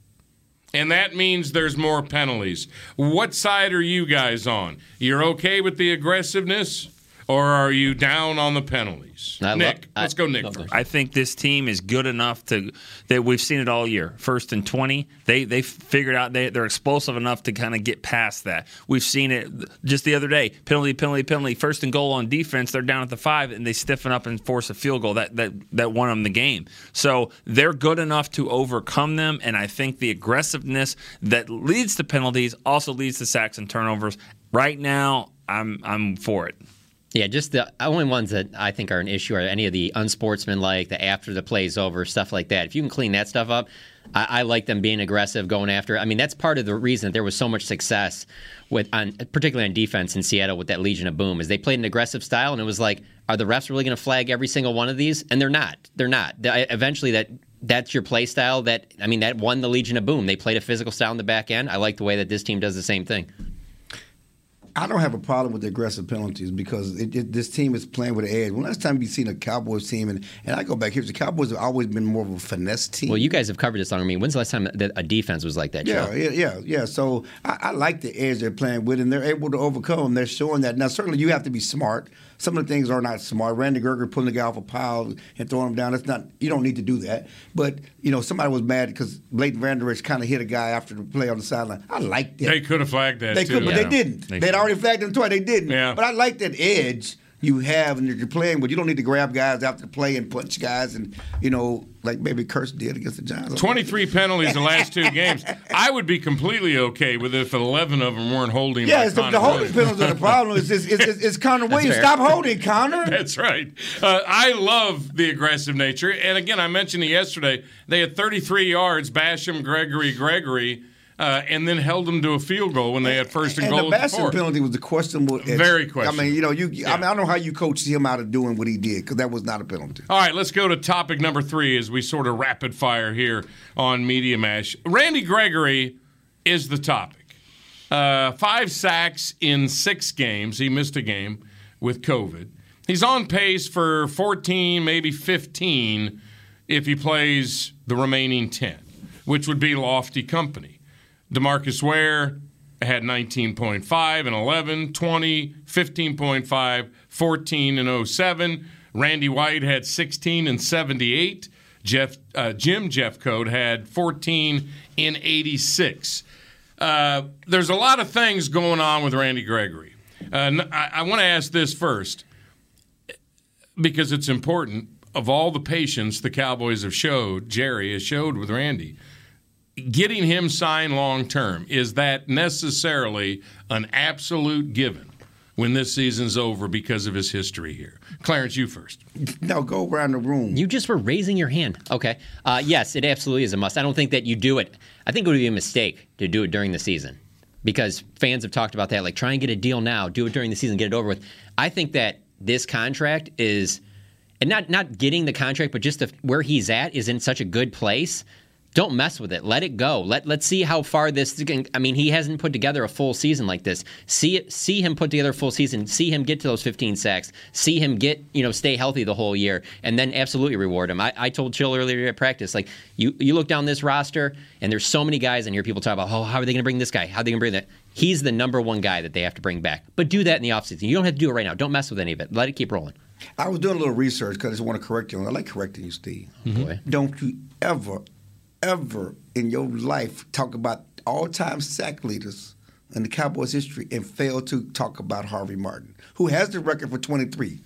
S5: And that means there's more penalties. What side are you guys on? You're okay with the aggressiveness, or are you down on the penalties? Nick, let's go, Nick. first.
S7: I think this team is good enough to that we've seen it all year. First and twenty, they they figured out they they're explosive enough to kind of get past that. We've seen it just the other day: penalty, penalty, penalty. First and goal on defense, they're down at the five, and they stiffen up and force a field goal that that that won them the game. So they're good enough to overcome them, and I think the aggressiveness that leads to penalties also leads to sacks and turnovers. Right now, I'm I'm for it.
S8: Yeah, just the only ones that I think are an issue are any of the unsportsmanlike, the after the play's over, stuff like that. If you can clean that stuff up, I, I like them being aggressive, going after. I mean, that's part of the reason that there was so much success with, on, particularly on defense in Seattle with that Legion of Boom, is they played an aggressive style, and it was like, are the refs really going to flag every single one of these? And they're not. They're not. They- eventually, that that's your play style. That I mean, that won the Legion of Boom. They played a physical style in the back end. I like the way that this team does the same thing.
S6: I don't have a problem with the aggressive penalties because it, it, this team is playing with an edge. When last time you seen a Cowboys team, and, and I go back here, the Cowboys have always been more of a finesse team.
S8: Well, you guys have covered this long. I mean, when's the last time that a defense was like that?
S6: Yeah,
S8: Joe?
S6: yeah, yeah, yeah. So I, I like the edge they're playing with, and they're able to overcome. They're showing that now. Certainly, you have to be smart. Some of the things are not smart. Randy Gerger pulling the guy off a pile and throwing him down. That's not. You don't need to do that. But you know, somebody was mad because Leighton Vanderich kind of hit a guy after the play on the sideline. I like that.
S5: They could have flagged that.
S6: They
S5: too.
S6: could, but they didn't. They would already flagged them twice. They didn't.
S5: Yeah.
S6: But I like that edge you have and that you're playing with. You don't need to grab guys after the play and punch guys and, you know, like maybe Curse did against the Giants. *laughs*
S5: 23 penalties the last two games. I would be completely okay with if 11 of them weren't holding.
S6: Yeah,
S5: like
S6: it's the,
S5: Connor
S6: the holding
S5: Williams.
S6: penalties are the problem. It's, it's, it's, it's, it's Connor Williams.
S5: fair.
S6: Stop holding,
S5: *laughs*
S6: Connor.
S5: That's right. Uh, I love the aggressive nature. And again, I mentioned it yesterday. They had 33 yards, Basham, Gregory, Gregory, uh, and then held them to a field goal when they had first and,
S6: And
S5: goal
S6: the
S5: at the
S6: Bastion
S5: four.
S6: penalty was the questionable. edge.
S5: Very
S6: I mean,
S5: questionable.
S6: you know, you. I mean, I don't know how you coached him out of doing what he did because that was not a penalty.
S5: All right, let's go to topic number three as we sort of rapid fire here on Media Mash. Randy Gregory is the topic. Uh, five sacks in six games. He missed a game with COVID. He's on pace for 14, maybe 15 if he plays the remaining 10, which would be lofty company. DeMarcus Ware had 19.5 and 11, 20, 15.5, 14 and 07. Randy White had 16 and 78. Jeff uh, Jim Jeffcoat had 14 in 86. Uh, there's a lot of things going on with Randy Gregory. Uh, n- I, I want to ask this first because it's important. Of all the patience the Cowboys have showed, Jerry has showed with Randy, getting him signed long term is that necessarily an absolute given when this season's over because of his history here. Clarence, you first.
S6: No, go around the room.
S8: You just were raising your hand. Okay. Uh, yes, it absolutely is a must. I don't think that you do it. I think it would be a mistake to do it during the season because fans have talked about that. Like, try and get a deal now, do it during the season, get it over with. I think that this contract is, and not not getting the contract, but just the, where he's at is in such a good place. Don't mess with it. Let it go. Let let's see how far this. Can, I mean, he hasn't put together a full season like this. See it- see him put together a full season. See him get to those 15 sacks. See him get you know stay healthy the whole year, and then absolutely reward him. I, I told Chill earlier at practice, like you you look down this roster, and there's so many guys in here. People talk about, oh, how are they going to bring this guy? How are they going to bring that? He's the number one guy that they have to bring back. But do that in the offseason. You don't have to do it right now. Don't mess with any of it. Let it keep rolling.
S6: I was doing a little research because I just want to correct you. I like correcting you, Steve.
S5: Hmm. Mm-hmm.
S8: Mhm. Boy.
S6: Don't you ever, ever in your life talk about all-time sack leaders in the Cowboys' history and fail to talk about Harvey Martin, who has the record for 23.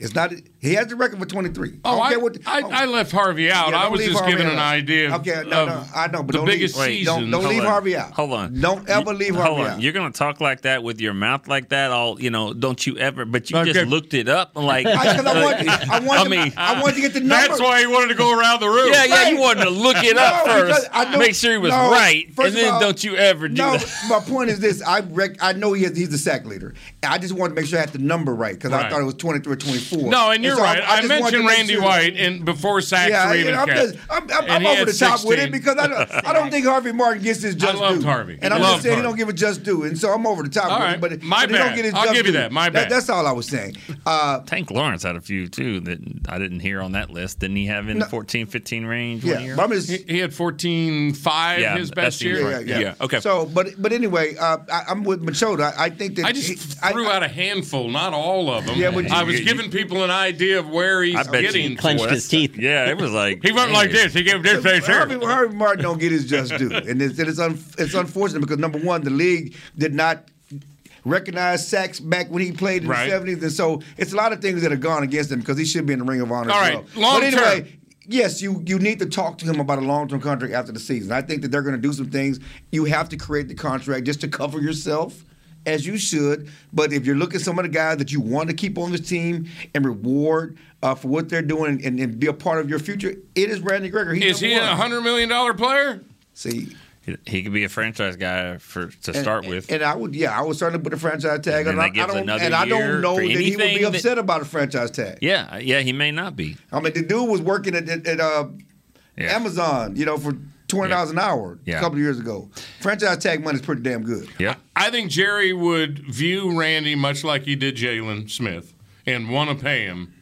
S6: It's not. He has the record for 23.
S5: Oh, I,
S6: I don't care what-
S5: I, I left Harvey out.
S6: Yeah,
S5: I
S6: don't
S5: was
S6: leave
S5: just
S6: Harvey
S5: giving an
S6: out.
S5: idea. of-
S6: Okay, no,
S5: of
S6: no, I know, but
S5: the
S6: don't
S5: biggest
S6: leave- wait, don't-
S5: season.
S6: don't leave
S7: on.
S6: Harvey out.
S7: Hold on.
S6: Don't ever leave Harvey
S7: Hold on.
S6: out.
S7: You're gonna talk like that with your mouth like that. All you know. Don't you ever? But you
S6: Okay.
S7: just looked it up. Like
S6: I- 'cause I want- I want to-
S7: mean,
S6: I want to get the
S7: That's
S6: numbers.
S7: why
S5: he wanted to go around the room.
S7: Yeah, yeah. You wanted to look it up
S6: *laughs* No, because
S7: first.
S6: I know-
S7: make sure he was
S6: no,
S7: right,
S6: first
S7: and
S6: of
S7: then
S6: all-
S7: don't you ever do
S6: no,
S7: that.
S6: my point is this: I rec- I know he has, he's the sack leader. I just wanted to make sure I had the number right because I
S5: Right.
S6: thought it was twenty three or twenty four.
S5: No, and you're right. I, mentioned Randy White and before sacks
S6: Yeah,
S5: were
S6: you
S5: even
S6: know, I'm,
S5: kept.
S6: just, I'm, I'm,
S5: And
S6: I'm
S5: he
S6: over
S5: had
S6: the top with it
S5: 16.
S6: because I don't, I don't think Harvey Martin gets his just
S5: loved
S6: due.
S5: Harvey.
S6: and I'm
S5: Loved
S6: just saying he
S5: Harvey.
S6: don't give a just due, and so I'm over the top
S5: All
S6: with
S5: right.
S6: it. But,
S5: My
S6: but he
S5: bad.
S6: don't get his
S5: I'll
S6: just
S5: give you
S6: due.
S5: that. My bad.
S6: that's all I was saying. Uh,
S7: Tank Lawrence had a few too that I didn't hear on that list. Didn't he have in the 14, 15 range? one year?
S5: he, he had 14.5
S7: Yeah,
S5: his
S7: that's
S5: best
S7: the
S5: year.
S7: year. Yeah, yeah. Yeah, okay.
S6: So, but but anyway, uh, I, I'm with Machoda. I think that
S5: I just
S6: he-
S5: threw out a handful, not all of them.
S6: Yeah, but
S5: I
S6: you-
S5: was
S6: you-
S5: giving people an idea of where he's
S7: I bet you
S5: getting.
S7: clenched
S5: to.
S7: his teeth. Yeah, it was like
S5: He went like this. He gave this face here.
S6: Harvey, Harvey Martin don't get his just due, and it's and it's, un, it's unfortunate because number one, the league did not recognize sacks back when he played in
S5: Right.
S6: the seventies, and so it's a lot of things that have gone against him because he should be in the Ring of Honor.
S5: All
S6: as
S5: right,
S6: well.
S5: long
S6: but anyway, Yes, you, you need to talk to him about a long term contract after the season. I think that they're going to do some things. You have to create the contract just to cover yourself, as you should. But if you're looking at some of the guys that you want to keep on this team and reward uh, for what they're doing and, and be a part of your future, it is Randy Gregory. He's
S5: Is he
S6: number
S5: a
S6: one.
S5: hundred million dollar player?
S6: See,
S7: He, he could be a franchise guy for to
S6: And-
S7: start with.
S6: And I would, yeah, I would certainly put a franchise tag
S7: And then
S6: on. I,
S7: that gives
S6: I don't,
S7: another
S6: and I
S7: year
S6: don't know
S7: for
S6: that he would
S7: anything
S6: be
S7: that-
S6: upset about a franchise tag.
S7: yeah, yeah, he may not be.
S6: I mean, the dude was working at, at, at uh, Amazon, you know, for twenty dollars an hour
S5: Yeah.
S6: a couple of years ago. Franchise tag money is pretty damn good.
S5: Yeah. I think Jerry would view Randy much like he did Jalen Smith and want to pay him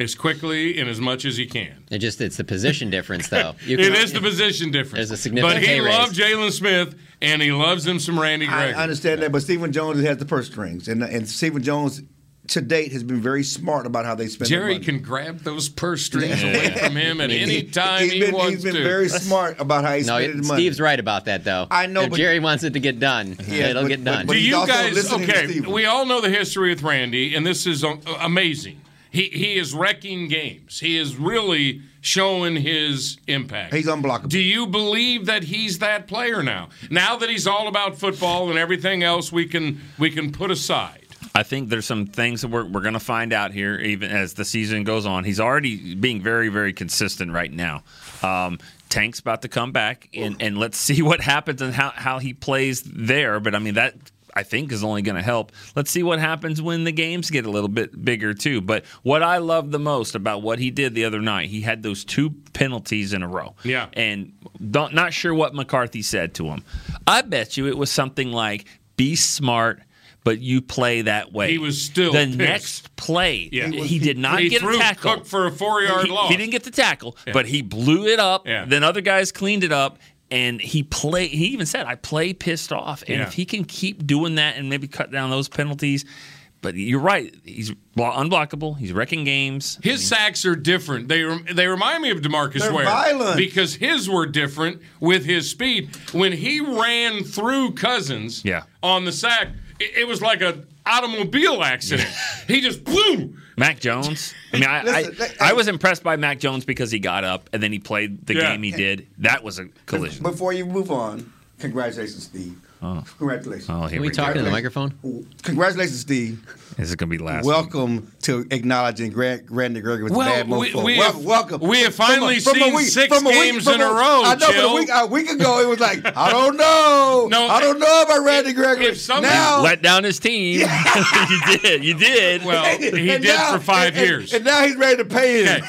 S5: as quickly and as much as he can.
S8: It just it's the position difference
S5: *laughs*
S8: though. You
S5: it
S8: can-
S5: is the position difference.
S8: There's a significant
S5: But he
S8: pay raise.
S5: loved Jalen Smith and he loves him some Randy
S6: I,
S5: Gregory.
S6: I understand that, but Stephen Jones has the purse strings, and and Stephen Jones to date has been very smart about how they spend. their
S5: Jerry
S6: money.
S5: can grab those purse strings away from him
S6: *laughs*
S5: at any time
S6: he's
S5: he
S6: been,
S5: wants
S6: He's been
S5: to.
S6: very smart about how he
S8: No,
S6: spent
S8: it-
S6: his money.
S8: Steve's right about that though.
S6: I know,
S8: If
S6: but-
S8: Jerry wants it to get done,
S6: Yeah,
S8: it'll
S6: but-
S8: get done.
S5: Do you guys? Okay, we all know the history with Randy, and this is um, amazing. He he is wrecking games. He is really showing his impact.
S6: He's unblockable.
S5: Do you believe that he's that player now? Now that he's all about football and everything else, we can we can put aside.
S7: I think there's some things that we're, we're going to find out here even as the season goes on. He's already being very, very consistent right now. Um, Tank's about to come back, and, and let's see what happens and how, how he plays there. But I mean, that I think is only going to help. Let's see what happens when the games get a little bit bigger, too. But what I love the most about what he did the other night, he had those two penalties in a row.
S5: Yeah.
S7: And don't, not sure what McCarthy said to him. I bet you it was something like be smart. But you play that way.
S5: He was still
S7: the
S5: pissed.
S7: next play.
S5: Yeah.
S7: He, did not
S5: He
S7: get
S5: threw
S7: a tackle.
S5: Cook for a four-yard
S7: he,
S5: loss.
S7: He didn't get the tackle,
S5: Yeah.
S7: but he blew it up. Then other guys cleaned it up, and he play. He even said, "I play pissed off." And
S5: Yeah.
S7: if he can keep doing that and maybe cut down those penalties, but you're right, he's blo- unblockable. He's wrecking games.
S5: His sacks are different. They rem- they remind me of Demarcus
S7: They're
S5: Ware
S7: violent.
S5: because his were different with his speed. When he ran through Cousins
S7: Yeah.
S5: on the sack, it, it was like an automobile
S7: *laughs*
S5: accident. he just boom.
S7: Mac Jones. I mean, I,
S5: Listen,
S7: I, I was impressed by Mac Jones because he got up and then he played the
S6: Yeah.
S7: game he did. That was a collision.
S6: Before you move on, congratulations, Steve.
S7: Oh.
S6: Congratulations.
S7: Oh, here Can we we talk go. into the
S5: Oh.
S6: microphone? Congratulations, Steve.
S7: This is gonna be last.
S6: Welcome to acknowledging Grant, Randy Gregory was
S5: Well,
S6: a bad move.
S5: we-
S6: forward.
S5: we
S6: Wel-
S5: have-
S6: welcome.
S5: we have finally seen six games
S6: from
S5: in a row,
S6: I know, but
S5: Jill.
S6: a week, a week ago it was like,
S5: *laughs*
S6: I don't know.
S5: No,
S6: I don't know about Randy Gregory.
S5: if somebody-
S6: now, *laughs*
S7: Let down his team. *laughs* you did. You did.
S5: Well, he
S6: and
S5: did
S6: now-
S5: for five
S6: and-
S5: years.
S6: and now he's ready to pay him.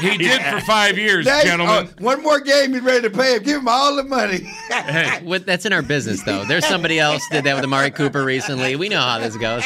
S5: He
S6: *laughs*
S5: did for five years,
S6: Now he's-
S5: gentlemen.
S6: oh, one more game, he's ready to pay him. Give him all the money. *laughs*
S8: What- that's in our business though. There's somebody else did that with Amari Cooper recently. We know how this goes.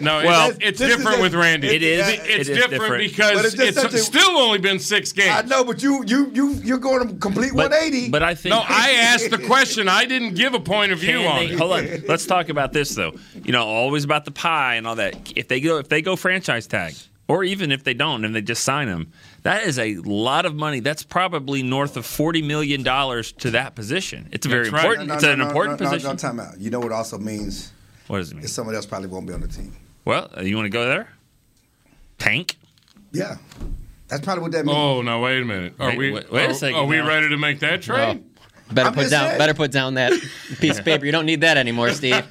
S5: No, it-
S8: Well,
S5: it's,
S8: this is
S5: different
S8: a-
S5: with Randy.
S8: it is-
S5: It's,
S8: it is
S5: different,
S8: different.
S6: But
S5: because
S6: it's just
S5: it's,
S6: such a-
S5: still only been six games.
S6: I know, but you you you you're going to complete 180.
S7: but I think-
S5: No, I asked the question. I didn't give a point of view
S7: Can
S5: on
S7: they-
S5: it.
S7: Hold on.
S6: *laughs*
S7: Let's talk about this though. You know, always about the pie and all that. If they go, if they go franchise tag, or even if they don't and they just sign him, that is a lot of money. That's probably north of forty million dollars to that position. It's very important.
S6: No, no,
S7: it's
S6: no,
S7: an
S6: no,
S7: important
S6: no, no,
S7: position.
S6: No, time out. You know what it also means?
S7: What does it mean?
S6: Is someone else probably won't be on the team.
S7: Well, uh, you want to go there? Tank.
S6: Yeah, that's probably what that means.
S5: Oh no! Wait a minute. Are
S7: Wait-
S5: we?
S7: wait- wait a
S5: are-
S7: second
S5: Are we
S7: now.
S5: ready to make that trade?
S8: Better
S5: I'm
S8: put
S5: just
S8: down
S5: saying.
S8: better put down that piece of paper. You don't need that anymore, Steve.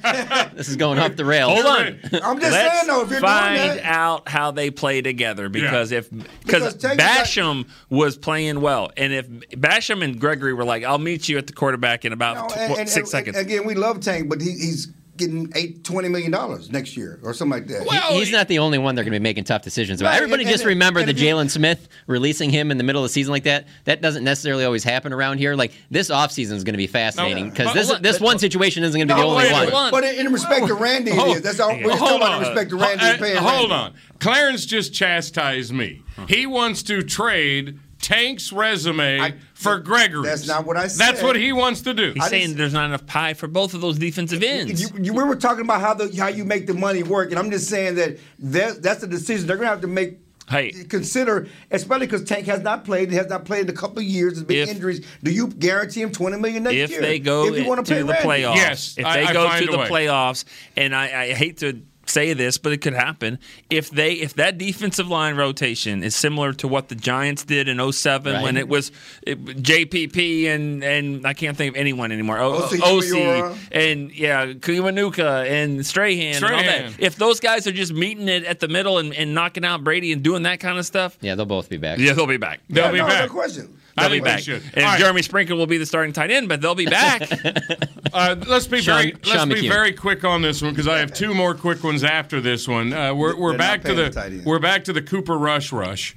S8: This is going off the rails.
S7: Hold on.
S6: I'm just
S7: Let's
S6: saying though, if you're
S7: find
S6: doing that,
S7: out how they play together because if because
S6: Because Tank is like-
S7: Basham was playing well, and if Basham and Gregory were like, "I'll meet you at the quarterback in about
S6: no,
S7: tw-
S6: and- and-
S7: six
S6: and-
S7: seconds,"
S6: Again, we love Tank, but he, he's getting eight twenty million dollars next year or something like that.
S8: He- he's not the only one they're going to be making tough decisions about.
S6: Right,
S8: Everybody
S6: and-
S8: just
S6: and-
S8: remember
S6: and
S8: the
S6: if you-
S8: Jalen Smith releasing him in the middle of the season like that. That doesn't necessarily always happen around here. Like this offseason is going to be fascinating because
S7: but
S8: this
S7: look,
S8: this
S7: but-
S8: one situation isn't going to be the only one.
S6: But in in respect to Randy, it is. That's all. We're just talking about in respect to Randy. and
S5: Uh,
S6: paying
S5: hold
S6: Randy.
S5: on. Clarence just chastised me. He wants to trade Tank's resume for Gregory's.
S6: that's not what I
S5: That's
S6: said.
S5: what he wants to do.
S7: he's saying there's not enough pie for both of those defensive ends.
S6: You, you, we were talking about how the how you make the money work, and I'm just saying that that that's a decision they're gonna have to make.
S7: Hey.
S6: Consider, especially because Tank has not played, he has not played in a couple of years. There's been
S7: If-
S6: injuries. Do you guarantee him 20 million next
S7: if
S6: year?
S7: they go
S6: if you wanna
S7: to
S6: pay
S7: the
S6: Randy?
S7: playoffs, if they
S5: I- I
S7: go
S5: find a
S7: to the
S5: way.
S7: playoffs, and I, I hate to say this, but it could happen if they if that defensive line rotation is similar to what the Giants did in 07 when
S8: Right.
S7: it was it, JPP and and I can't think of anyone anymore. O,
S8: O.C.
S7: OC
S8: Kumayora.
S7: and yeah, Kumanuka and Strahan, and all
S8: Strahan.
S7: that. If those guys are just meeting it at the middle and, and knocking out Brady and doing that kind of stuff,
S8: Yeah, they'll both be back.
S7: yeah, they'll be back.
S5: They'll
S7: Yeah,
S5: be
S7: no,
S5: back.
S7: They'll
S5: I
S7: be
S5: think they
S7: back.
S5: should.
S7: And
S5: All right.
S7: Jeremy Sprinkle will be the starting tight end, but they'll be back.
S5: *laughs* Uh, let's be
S7: Sean-
S5: very let's
S7: Sean
S5: be
S7: McHugh.
S5: very quick on this one because I have two more quick ones after this one. Uh, we're we're
S6: They're not
S5: back to
S6: paying
S5: the
S6: the tight end.
S5: we're back to the Cooper Rush rush.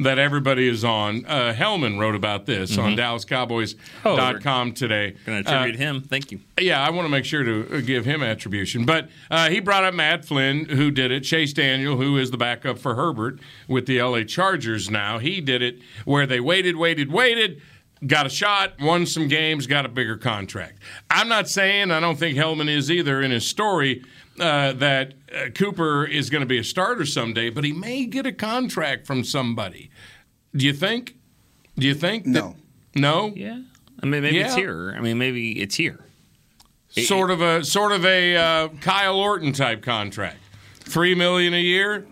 S5: that everybody is on. Uh, Hellman wrote about this
S7: Mm-hmm.
S5: on DallasCowboys.com today.
S7: Going to Oh, attribute
S5: Uh,
S7: him. Thank you.
S5: Yeah, I want to make sure to uh, give him attribution. But uh, he brought up Matt Flynn, who did it. Chase Daniel, who is the backup for Herbert with the LA Chargers now, he did it where they waited, waited, waited, got a shot, won some games, got a bigger contract. I'm not saying, I don't think Hellman is either in his story. Uh, that uh, Cooper is going to be a starter someday, but he may get a contract from somebody. Do you think? Do you think? No. no.
S7: Yeah. I mean, maybe it's
S5: Yeah.
S7: here. I mean, maybe it's here.
S5: sort of a sort of a uh, Kyle Orton type contract, three million a year.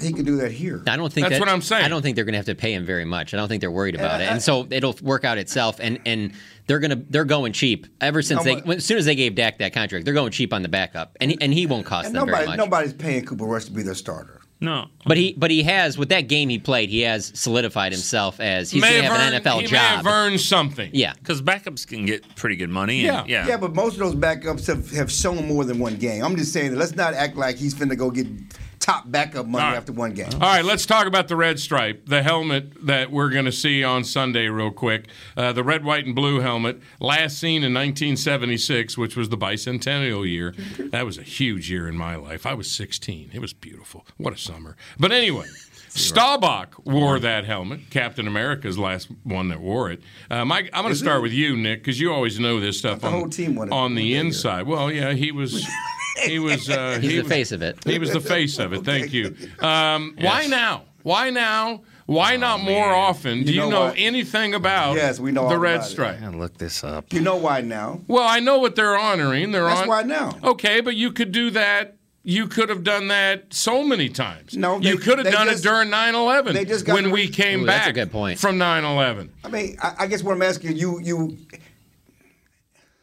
S6: He can do that here.
S8: I don't think
S5: That's
S8: that-
S5: what I'm saying.
S8: I don't think they're going to have to pay him very much. I don't think they're worried about
S5: Uh,
S8: it, and so it'll work out itself. And and they're gonna they're going cheap ever since
S6: How
S8: they
S6: much-
S8: when- as soon as they gave Dak that contract, they're going cheap on the backup, and he, and he won't cost
S6: And
S8: them very
S6: nobody,
S8: much.
S6: nobody's paying Cooper Rush to be their starter.
S7: No,
S8: but he but he has with that game he played, he has solidified himself as he's
S5: May
S8: going to
S5: have
S8: have an
S5: earned-
S8: NFL
S5: he may
S8: job.
S5: have earned something.
S8: Yeah,
S7: because backups can get pretty good money. and- yeah.
S6: yeah, but most of those backups have, have shown more than one game. I'm just saying that let's not act like he's finna go get top backup money
S5: All right.
S6: after one game.
S5: All right, let's talk about the red stripe, the helmet that we're going to see on Sunday, real quick. Uh, the red, white, and blue helmet, last seen in 1976, which was the bicentennial year. That was a huge year in my life. I was 16. It was beautiful. What a summer. But
S6: *laughs*
S5: anyway. Staubach wore that helmet. Captain America's last one that wore it. Uh, Mike, I'm going to
S6: Is it?
S5: start with you, Nick, because you always know this stuff
S6: The
S5: on
S6: whole team wanted
S5: on the inside. Well, yeah, he was. He was. Uh,
S8: He's
S5: he
S8: the
S5: was-
S8: face of it.
S5: He was the face
S6: *laughs*
S5: of it. Thank you. Um, Why now? Why now? Why not more often? Do you,
S6: You know
S5: know,
S6: what?
S5: anything about
S6: Yes, we know all
S5: the red
S6: about it.
S5: stripe?
S7: I look this up.
S6: You know why now?
S5: Well, I know what they're honoring. They're
S6: That's
S5: on-
S6: why now.
S5: Okay, but you could do that. You could have done that so many times.
S6: No,
S5: you
S6: they-
S5: could have
S6: they
S5: done
S6: just-
S5: it during 9/11
S6: they just got
S5: when
S6: the-
S5: we came
S6: Ooh,
S5: back
S6: that's a
S5: good point. from 9/11.
S6: I mean, I, I guess what I'm asking you, you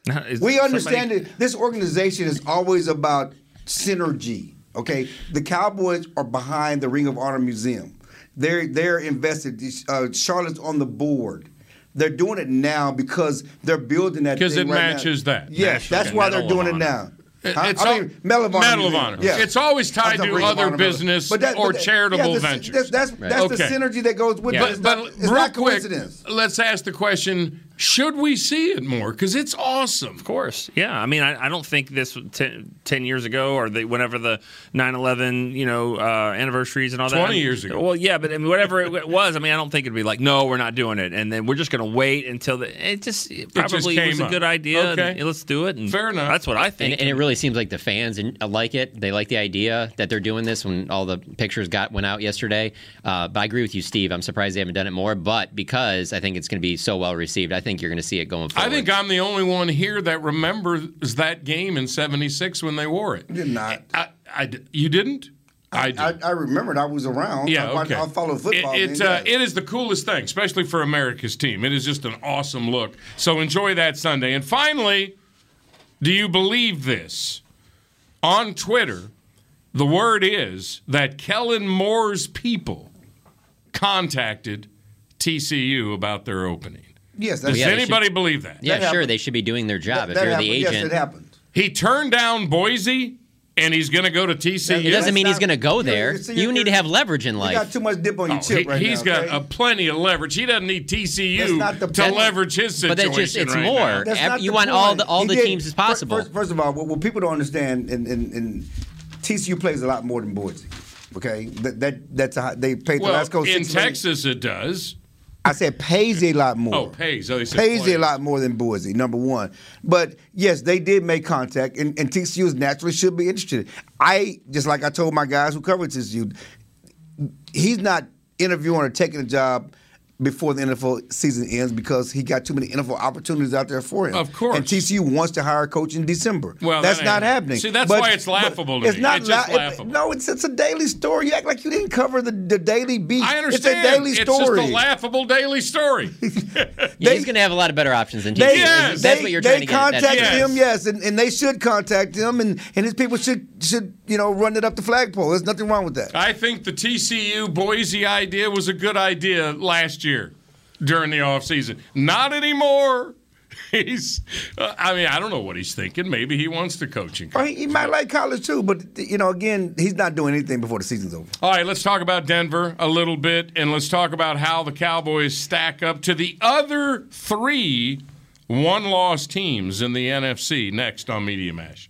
S7: Is
S6: we
S7: somebody-
S6: understand that this organization is always about synergy. Okay, the Cowboys are behind the Ring of Honor Museum. They're they're invested. Uh, Charlotte's on the board. They're doing it now because they're building that.
S5: 'Cause
S6: thing
S5: it
S6: right now.
S5: matches that.
S6: Yes,
S5: National
S6: that's why they're
S5: Medal of
S6: doing it now.
S5: Honor.
S6: Huh?
S5: It's
S6: I
S5: all-
S6: mean, Medal of Honor.
S5: Medal of
S6: Museum.
S5: Honor.
S6: Yeah.
S5: It's always tied
S6: I'm sorry,
S5: to
S6: Ring of
S5: other
S6: Honor, Medal.
S5: business
S6: But that- but
S5: or
S6: that- yeah,
S5: charitable
S6: that's-
S5: ventures.
S6: That's, that's,
S5: Right.
S6: that's the
S5: Okay.
S6: synergy that goes
S5: But,
S6: with it. It's
S5: but
S6: not, it's
S5: real
S6: not
S5: quick,
S6: coincidence.
S5: let's ask the question: Should we see it more? Because it's awesome. Of
S7: course. Yeah, I mean, I, I don't think this ten, 10 years ago or the, whenever the 9/11, you know, uh, anniversaries and all that.
S5: 20 years ago.
S7: Well, yeah, but I mean, whatever it, *laughs* it was, I mean, I don't think it'd be like, no, we're not doing it, and then we're just going to wait until the. It just
S5: just
S7: it probably
S5: came
S7: was a
S5: up.
S7: good idea. and,
S5: Okay.
S7: yeah, let's do it. And
S5: Fair enough.
S7: That's what I think.
S8: And, and it really seems like the fans in- uh, like it. They like the idea that they're doing this when all the pictures got went out yesterday. Uh, but I agree with you, Steve. I'm surprised they haven't done it more. But because I think it's going to be so well received, I think you're going to see it going forward.
S5: I think I'm the only one here that remembers that game in '76 when they wore it.
S6: Did not.
S5: I, I d- you didn't. I did.
S6: I, I remembered I was around.
S5: Yeah,
S6: I, watched-
S5: okay.
S6: I, followed football.
S5: It,
S6: man,
S5: it,
S6: yeah.
S5: uh, it is the coolest thing, especially for America's team. It is just an awesome look. So enjoy that Sunday. And finally, do you believe this? On Twitter, the word is that Kellen Moore's people contacted TCU about their opening.
S6: Yes,
S5: Does
S8: Yeah, they
S5: anybody
S8: should-
S5: believe that?
S8: Yeah, sure. They should be doing their job. if
S5: that
S8: you're the
S5: happened.
S8: agent,
S5: Yes, it happened. He turned down Boise, and he's going to go to TCU.
S8: it doesn't mean he's going to go there. You need to have leverage in life.
S6: got too much dip on your chip
S5: Oh, he,
S6: right
S5: has
S6: now.
S5: got
S6: okay?
S5: a plenty of leverage. He doesn't need
S6: That's
S5: TCU
S6: not the
S5: to
S6: point.
S5: leverage his
S8: But
S5: situation.
S8: that's just- it's
S5: right
S8: more.
S5: now.
S8: That's Ev- not you the want all point. the- all
S6: He
S8: the
S6: did-
S8: teams as
S6: fir-
S8: possible.
S6: First, first of all, what, what people don't understand, and, and, and TCU plays a lot more than Boise. Okay, that, that that's a, high- they paid the
S5: well,
S6: last coach
S5: in
S6: six million.
S5: Texas, it does.
S6: I said pays a lot more.
S5: Oh, pays. Oh, they said
S6: pays
S5: plays.
S6: a lot more than Boise, number one. But yes, they did make contact, and, and TCU naturally should be interested. I just like I told my guys who covered TCU, he's not interviewing or taking a job before the NFL season ends because he got too many NFL opportunities out there for him.
S5: Of course.
S6: and TCU wants to hire a coach in December.
S5: Well, that
S6: that's
S5: ain't-
S6: not happening.
S5: See, that's why it's laughable to
S6: it's
S5: me.
S6: Not
S5: It's just
S6: la- it-
S5: laughable.
S6: no, it's it's a daily story. You act like you didn't cover the, the daily beat.
S5: I understand.
S6: It's a daily story.
S5: just a laughable daily
S6: *laughs*
S5: story.
S8: Yeah, he's going to have a lot of better options than TCU.
S6: They,
S8: That's
S6: they,
S8: what you're
S6: they
S8: trying to get. at. That's
S6: contacted
S8: right.
S6: him, yes, and, and they should contact him, and, and his people should should you know run it up the flagpole. There's nothing wrong with that.
S5: I think the TCU Boise idea was a good idea last year during the offseason. Not anymore. *laughs* he's, uh, I mean, I don't know what he's thinking. Maybe he wants to coach and
S6: Or he, he might like college too, but you know, again, he's not doing anything before the season's over.
S5: All right, let's talk about Denver a little bit, and let's talk about how the Cowboys stack up to the other three one loss teams in the NFC next on Media Mash.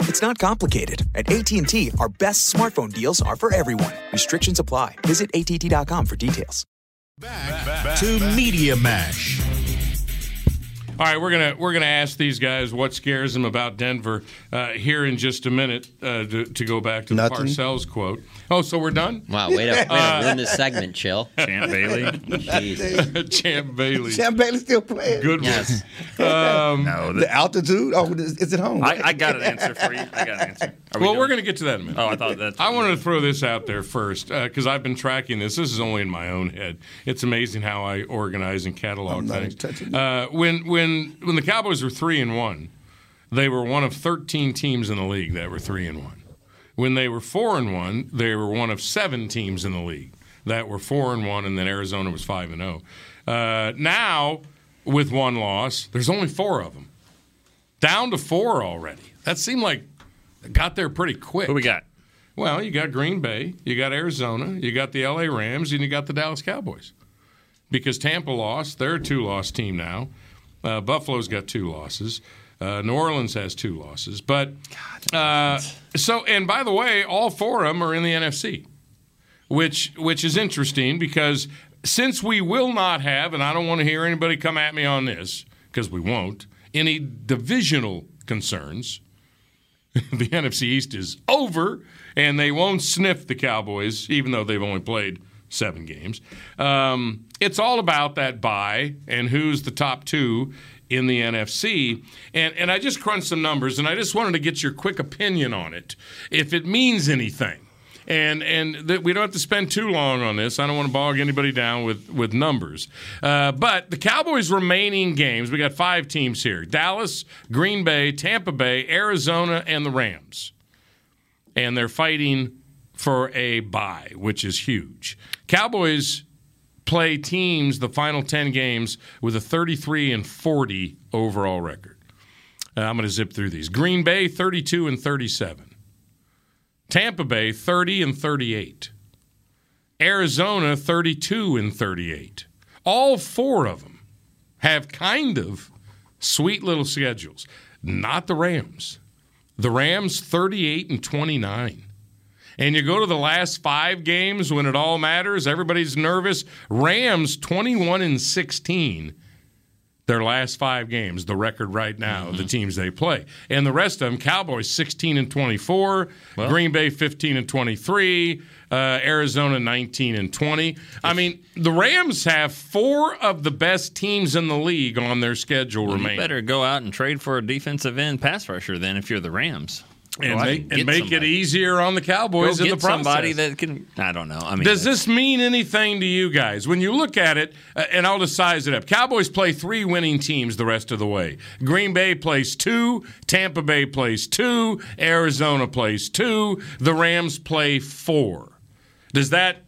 S12: It's not complicated. At AT&T, our best smartphone deals are for everyone. Restrictions apply. Visit att.com for details.
S3: To Media Mash.
S5: All right, we're gonna we're gonna ask these guys what scares them about Denver uh, here in just a minute uh, to, to go back to
S8: Nothing.
S5: the Parcells quote. Oh, so we're done?
S8: Wow, way to, way to ruin this segment, Chill.
S5: Champ Bailey.
S8: Jeez.
S5: *laughs* Champ Bailey.
S6: Sam Bailey's still playing.
S5: Good
S8: Yes.
S5: one. Um,
S7: no,
S6: The altitude? Oh, it's at home.
S7: I, I got an answer for you. I got an answer. Are we
S5: well,
S7: doing-
S5: we're going to get to that in a minute.
S7: Oh, I thought that's.
S5: *laughs* I wanted to throw this out there first because I've been tracking this. This is only in my own head. It's amazing how I organize and catalog
S6: I'm not
S5: things. Uh, when when when the Cowboys were three and one, they were one of thirteen teams in the league that were three and one. When they were four and one, they were one of seven teams in the league that were four and one, and then Arizona was five and zero. Uh, now, with one loss, there's only four of them. Down to four already. That seemed like it got there pretty quick. Who
S7: we got?
S5: Well, you got Green Bay, you got Arizona, you got the LA Rams, and you got the Dallas Cowboys. Because Tampa lost, they're a two loss team now. Uh, Buffalo's got two losses. Uh, New Orleans has two losses. But uh, so, and by the way, all four of them are in the NFC which which is interesting because since we will not have, and I don't want to hear anybody come at me on this because we won't, any divisional concerns. *laughs* the NFC East is over, and they won't sniff the Cowboys, even though they've only played seven games. Um, it's all about that buy and who's the top two in the NFC. And, and I just crunched some numbers, and I just wanted to get your quick opinion on it, if it means anything and and th- we don't have to spend too long on this. I don't want to bog anybody down with with numbers. Uh, but the Cowboys' remaining games, we got five teams here: Dallas, Green Bay, Tampa Bay, Arizona, and the Rams. And they're fighting for a bye, which is huge. Cowboys play teams the final ten games with a 33 and 40 overall record. Uh, I'm going to zip through these. Green Bay 32 and 37. Tampa Bay 30 and 38. Arizona 32 and 38. All four of them have kind of sweet little schedules. Not the Rams. The Rams 38 and 29. And you go to the last 5 games when it all matters, everybody's nervous. Rams 21 and 16. their last five games, the record right now
S7: Mm-hmm.
S5: of the teams they play. And the rest of them, Cowboys 16 and 24, Green Bay 15 and 23, uh, Arizona 19 and 20. I mean, the Rams have four of the best teams in the league on their schedule
S7: Well,
S5: remaining.
S7: You better go out and trade for a defensive end pass rusher then if you're the Rams.
S5: And
S7: Go out
S5: make,
S7: get
S5: and make it
S7: somebody.
S5: easier on the Cowboys
S7: Go
S5: in the
S7: get somebody
S5: process.
S7: that can. I don't know. I mean,
S5: Does this mean anything to you guys? When you look at it, uh, and I'll just size it up Cowboys play three winning teams the rest of the way. Green Bay plays two, Tampa Bay plays two, Arizona plays two, the Rams play four. Does that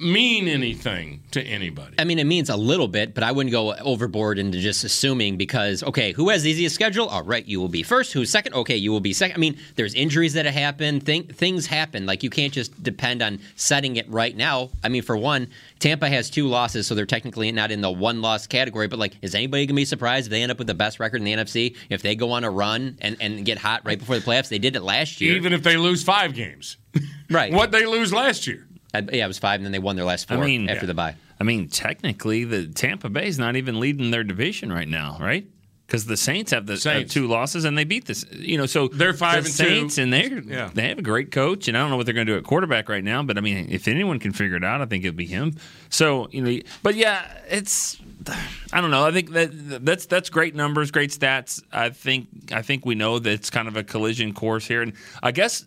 S5: mean anything to anybody?
S8: I mean, it means a little bit, but I wouldn't go overboard into just assuming because, okay, who has the easiest schedule? All right, you will be first. Who's second? Okay, you will be second. I mean, there's injuries that happen. Thing, things happen. Like, you can't just depend on setting it right now. I mean, for one, Tampa has two losses, so they're technically not in the one loss category. But, like, is anybody going to be surprised if they end up with the best record in the NFC? If they go on a run and, and get hot right before the playoffs? They did it last year.
S5: Even if they lose five games.
S8: Right. Uh,
S5: What they lose last year?
S8: yeah, it was five, and then they won their last
S7: I
S8: four
S7: mean,
S8: after the bye.
S7: I mean, technically, the Tampa Bay's not even leading their division right now, right? Because the Saints have the have
S5: Saints.
S7: two losses and they beat this. You know, so
S5: They're five and
S7: the
S5: two.
S7: Saints, and they
S5: Yeah.
S7: are they have a great coach, and I don't know what they're going to do at quarterback right now. But I mean, if anyone can figure it out, I think it'll be him. So you know, but yeah, it's I don't know. I think that that's that's great numbers, great stats. I think I think we know that it's kind of a collision course here, and I guess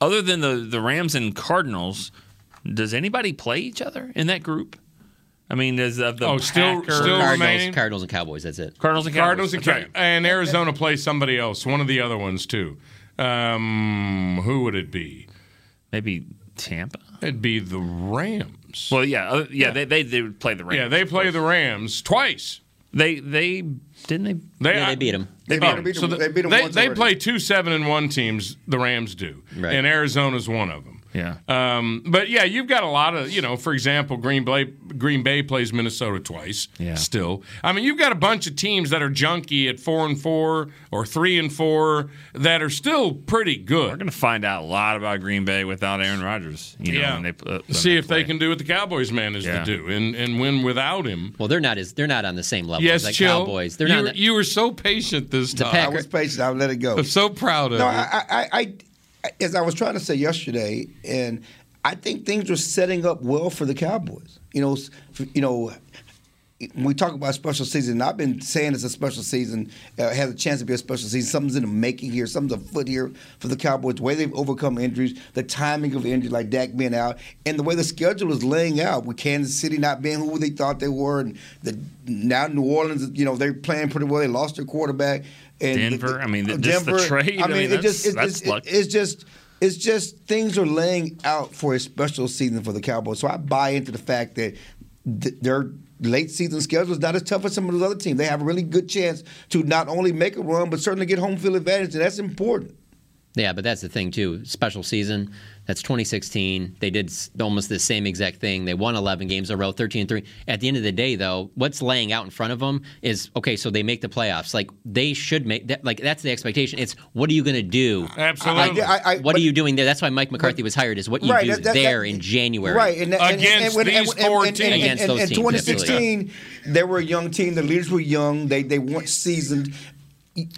S7: other than the the Rams and Cardinals, does anybody play each other in that group? I mean, is of the
S5: Oh, still-
S7: Packers-
S5: still Cardinals- remaining?
S8: Cardinals and Cowboys. That's it.
S7: Cardinals and Cowboys.
S5: Cardinals and,
S7: That's
S5: Ca- and Arizona plays somebody else, one of the other ones too. Um, who would it be?
S7: Maybe Tampa.
S5: It'd be the Rams.
S7: Well, yeah, uh, yeah, They, they they would play the Rams.
S5: Yeah, they play the Rams twice.
S7: They they didn't they
S5: they, oh,
S7: Yeah, they beat 'em.
S6: They beat 'em. Beat 'em.
S5: So the-
S6: They beat 'em
S5: they,
S6: once
S5: they
S6: already.
S5: play two seven and one teams. The Rams do,
S7: Right.
S5: and Arizona's one of them.
S7: Yeah.
S5: Um, but yeah, you've got a lot of you know. For example, Green Bay Green Bay plays Minnesota twice.
S7: Yeah.
S5: Still, I mean, you've got a bunch of teams that are junky at four and four or three and four that are still pretty good. We're
S7: going to find out a lot about Green Bay without Aaron Rodgers. You know,
S5: yeah.
S7: when they, pl- uh, when
S5: See if they can do what the Cowboys managed to
S7: Yeah.
S5: do and and win without him.
S8: Well, they're not as they're not on the same level
S5: Yes,
S8: as the
S5: Chill.
S8: Cowboys. They're
S5: you,
S8: not.
S5: were- you were so patient this time.
S6: I was patient. I let it go.
S5: I'm so uh, proud of
S6: no,
S5: you.
S6: I, I, I, I, as I was trying to say yesterday, and I think things were setting up well for the Cowboys. You know, s- f- you know, when we talk about special season, and I've been saying it's a special season. Uh, it has a chance to be a special season. Something's in the making here. Something's afoot here for the Cowboys. The way they've overcome injuries, the timing of injuries, like Dak being out, and the way the schedule is laying out with Kansas City not being who they thought they were, and the now New Orleans, you know, they're playing pretty well. They lost their quarterback. And the-
S7: Denver,
S6: the-
S7: I mean, th- just the trade, I mean,
S6: it
S7: that's-
S6: just, it,
S7: that's
S6: it's-
S7: luck.
S6: it's just it's just things are laying out for a special season for the Cowboys. So I buy into the fact that th- their late season schedule is not as tough as some of those other teams. They have a really good chance to not only make a run but certainly get home field advantage, and that's important.
S8: Yeah, but that's the thing too. Special season. That's 2016. They did s- almost the same exact thing. They won 11 games in a row, 13 and three. At the end of the day, though, what's laying out in front of them is okay. So they make the playoffs. Like they should make. That, like that's the expectation. It's what are you going to do?
S5: Absolutely.
S8: Like, what are you doing there? That's why Mike McCarthy was hired. Is what you
S6: Right,
S8: do
S6: that- that-
S8: there
S6: that-
S8: in January.
S6: Right, and, and,
S5: Against
S6: and, and,
S5: these
S6: and, and,
S5: four
S6: and, and,
S5: teams.
S6: and,
S8: Against
S6: and,
S8: those
S6: and
S8: teams,
S6: 2016, they were a young team. The leaders were young. They they weren't seasoned.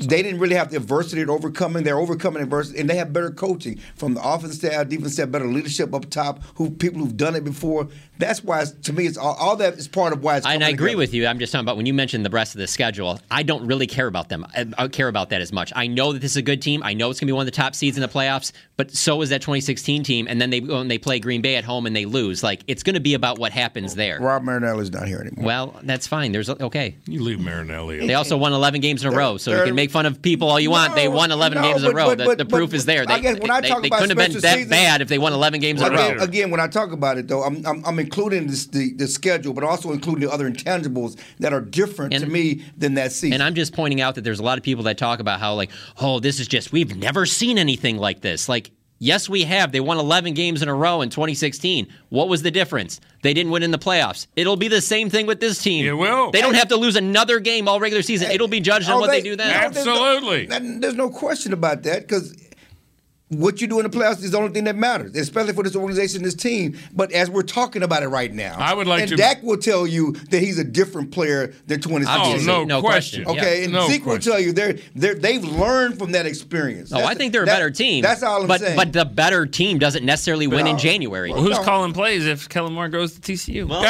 S6: They didn't really have the adversity to overcoming. They're overcoming adversity, and they have better coaching from the offense staff, defense staff, better leadership up top. Who people who've done it before. That's why, it's, to me, it's all, all that is part of why it's.
S8: and I
S6: coming
S8: agree
S6: together.
S8: with you. I'm just talking about when you mentioned the rest of the schedule. I don't really care about them. I don't care about that as much. I know that this is a good team. I know it's going to be one of the top seeds in the playoffs. But so is that 2016 team. And then they go and they play Green Bay at home and they lose. Like it's going to be about what happens there.
S6: Rob Marinelli's not here anymore.
S8: Well, that's fine. There's okay.
S5: You leave Marinelli.
S8: They also won 11 games in a row, so you
S6: they're-
S8: can make fun of people all you want. They won 11
S6: no,
S8: games in a
S6: but-
S8: row.
S6: but-
S8: The-
S6: but-
S8: the
S6: but-
S8: proof is there.
S6: I
S8: They,
S6: guess when I
S8: they-
S6: talk
S8: they
S6: about
S8: couldn't have been
S6: special
S8: that
S6: season-
S8: bad if they won 11 games in a row.
S6: Again, uh, again, when I talk about it, though, I'm, I'm, I'm including this, the, the schedule, but also including the other intangibles that are different to me than that season.
S8: And I'm just pointing out that there's a lot of people that talk about how like, oh, this is just we've never seen anything like this. Like, yes, we have. They won 11 games in a row in 2016. What was the difference? They didn't win in the playoffs. It'll be the same thing with this team. It
S5: will.
S8: They don't have to lose another game all regular season. It'll be judged on
S6: Oh,
S8: what they, do then.
S6: oh, there's no- that- There's no, question about that because What you do in the playoffs is the only thing that matters, especially for this organization, this team. But as we're talking about it right now,
S5: I would like
S6: and
S5: to-
S6: Dak will tell you that he's a different player than 2016.
S5: Obviously, Oh, no No question. question.
S6: Okay,
S5: Yeah.
S6: and
S5: No
S6: Zeke will
S5: question.
S6: tell you they're they are they've learned from that experience.
S8: Oh, I think they're a
S6: that-
S8: better team.
S6: That's all I'm
S8: but,
S6: saying.
S8: But the better team doesn't necessarily win in January.
S7: Well, who's calling plays if Kellen Moore goes to TCU? Well,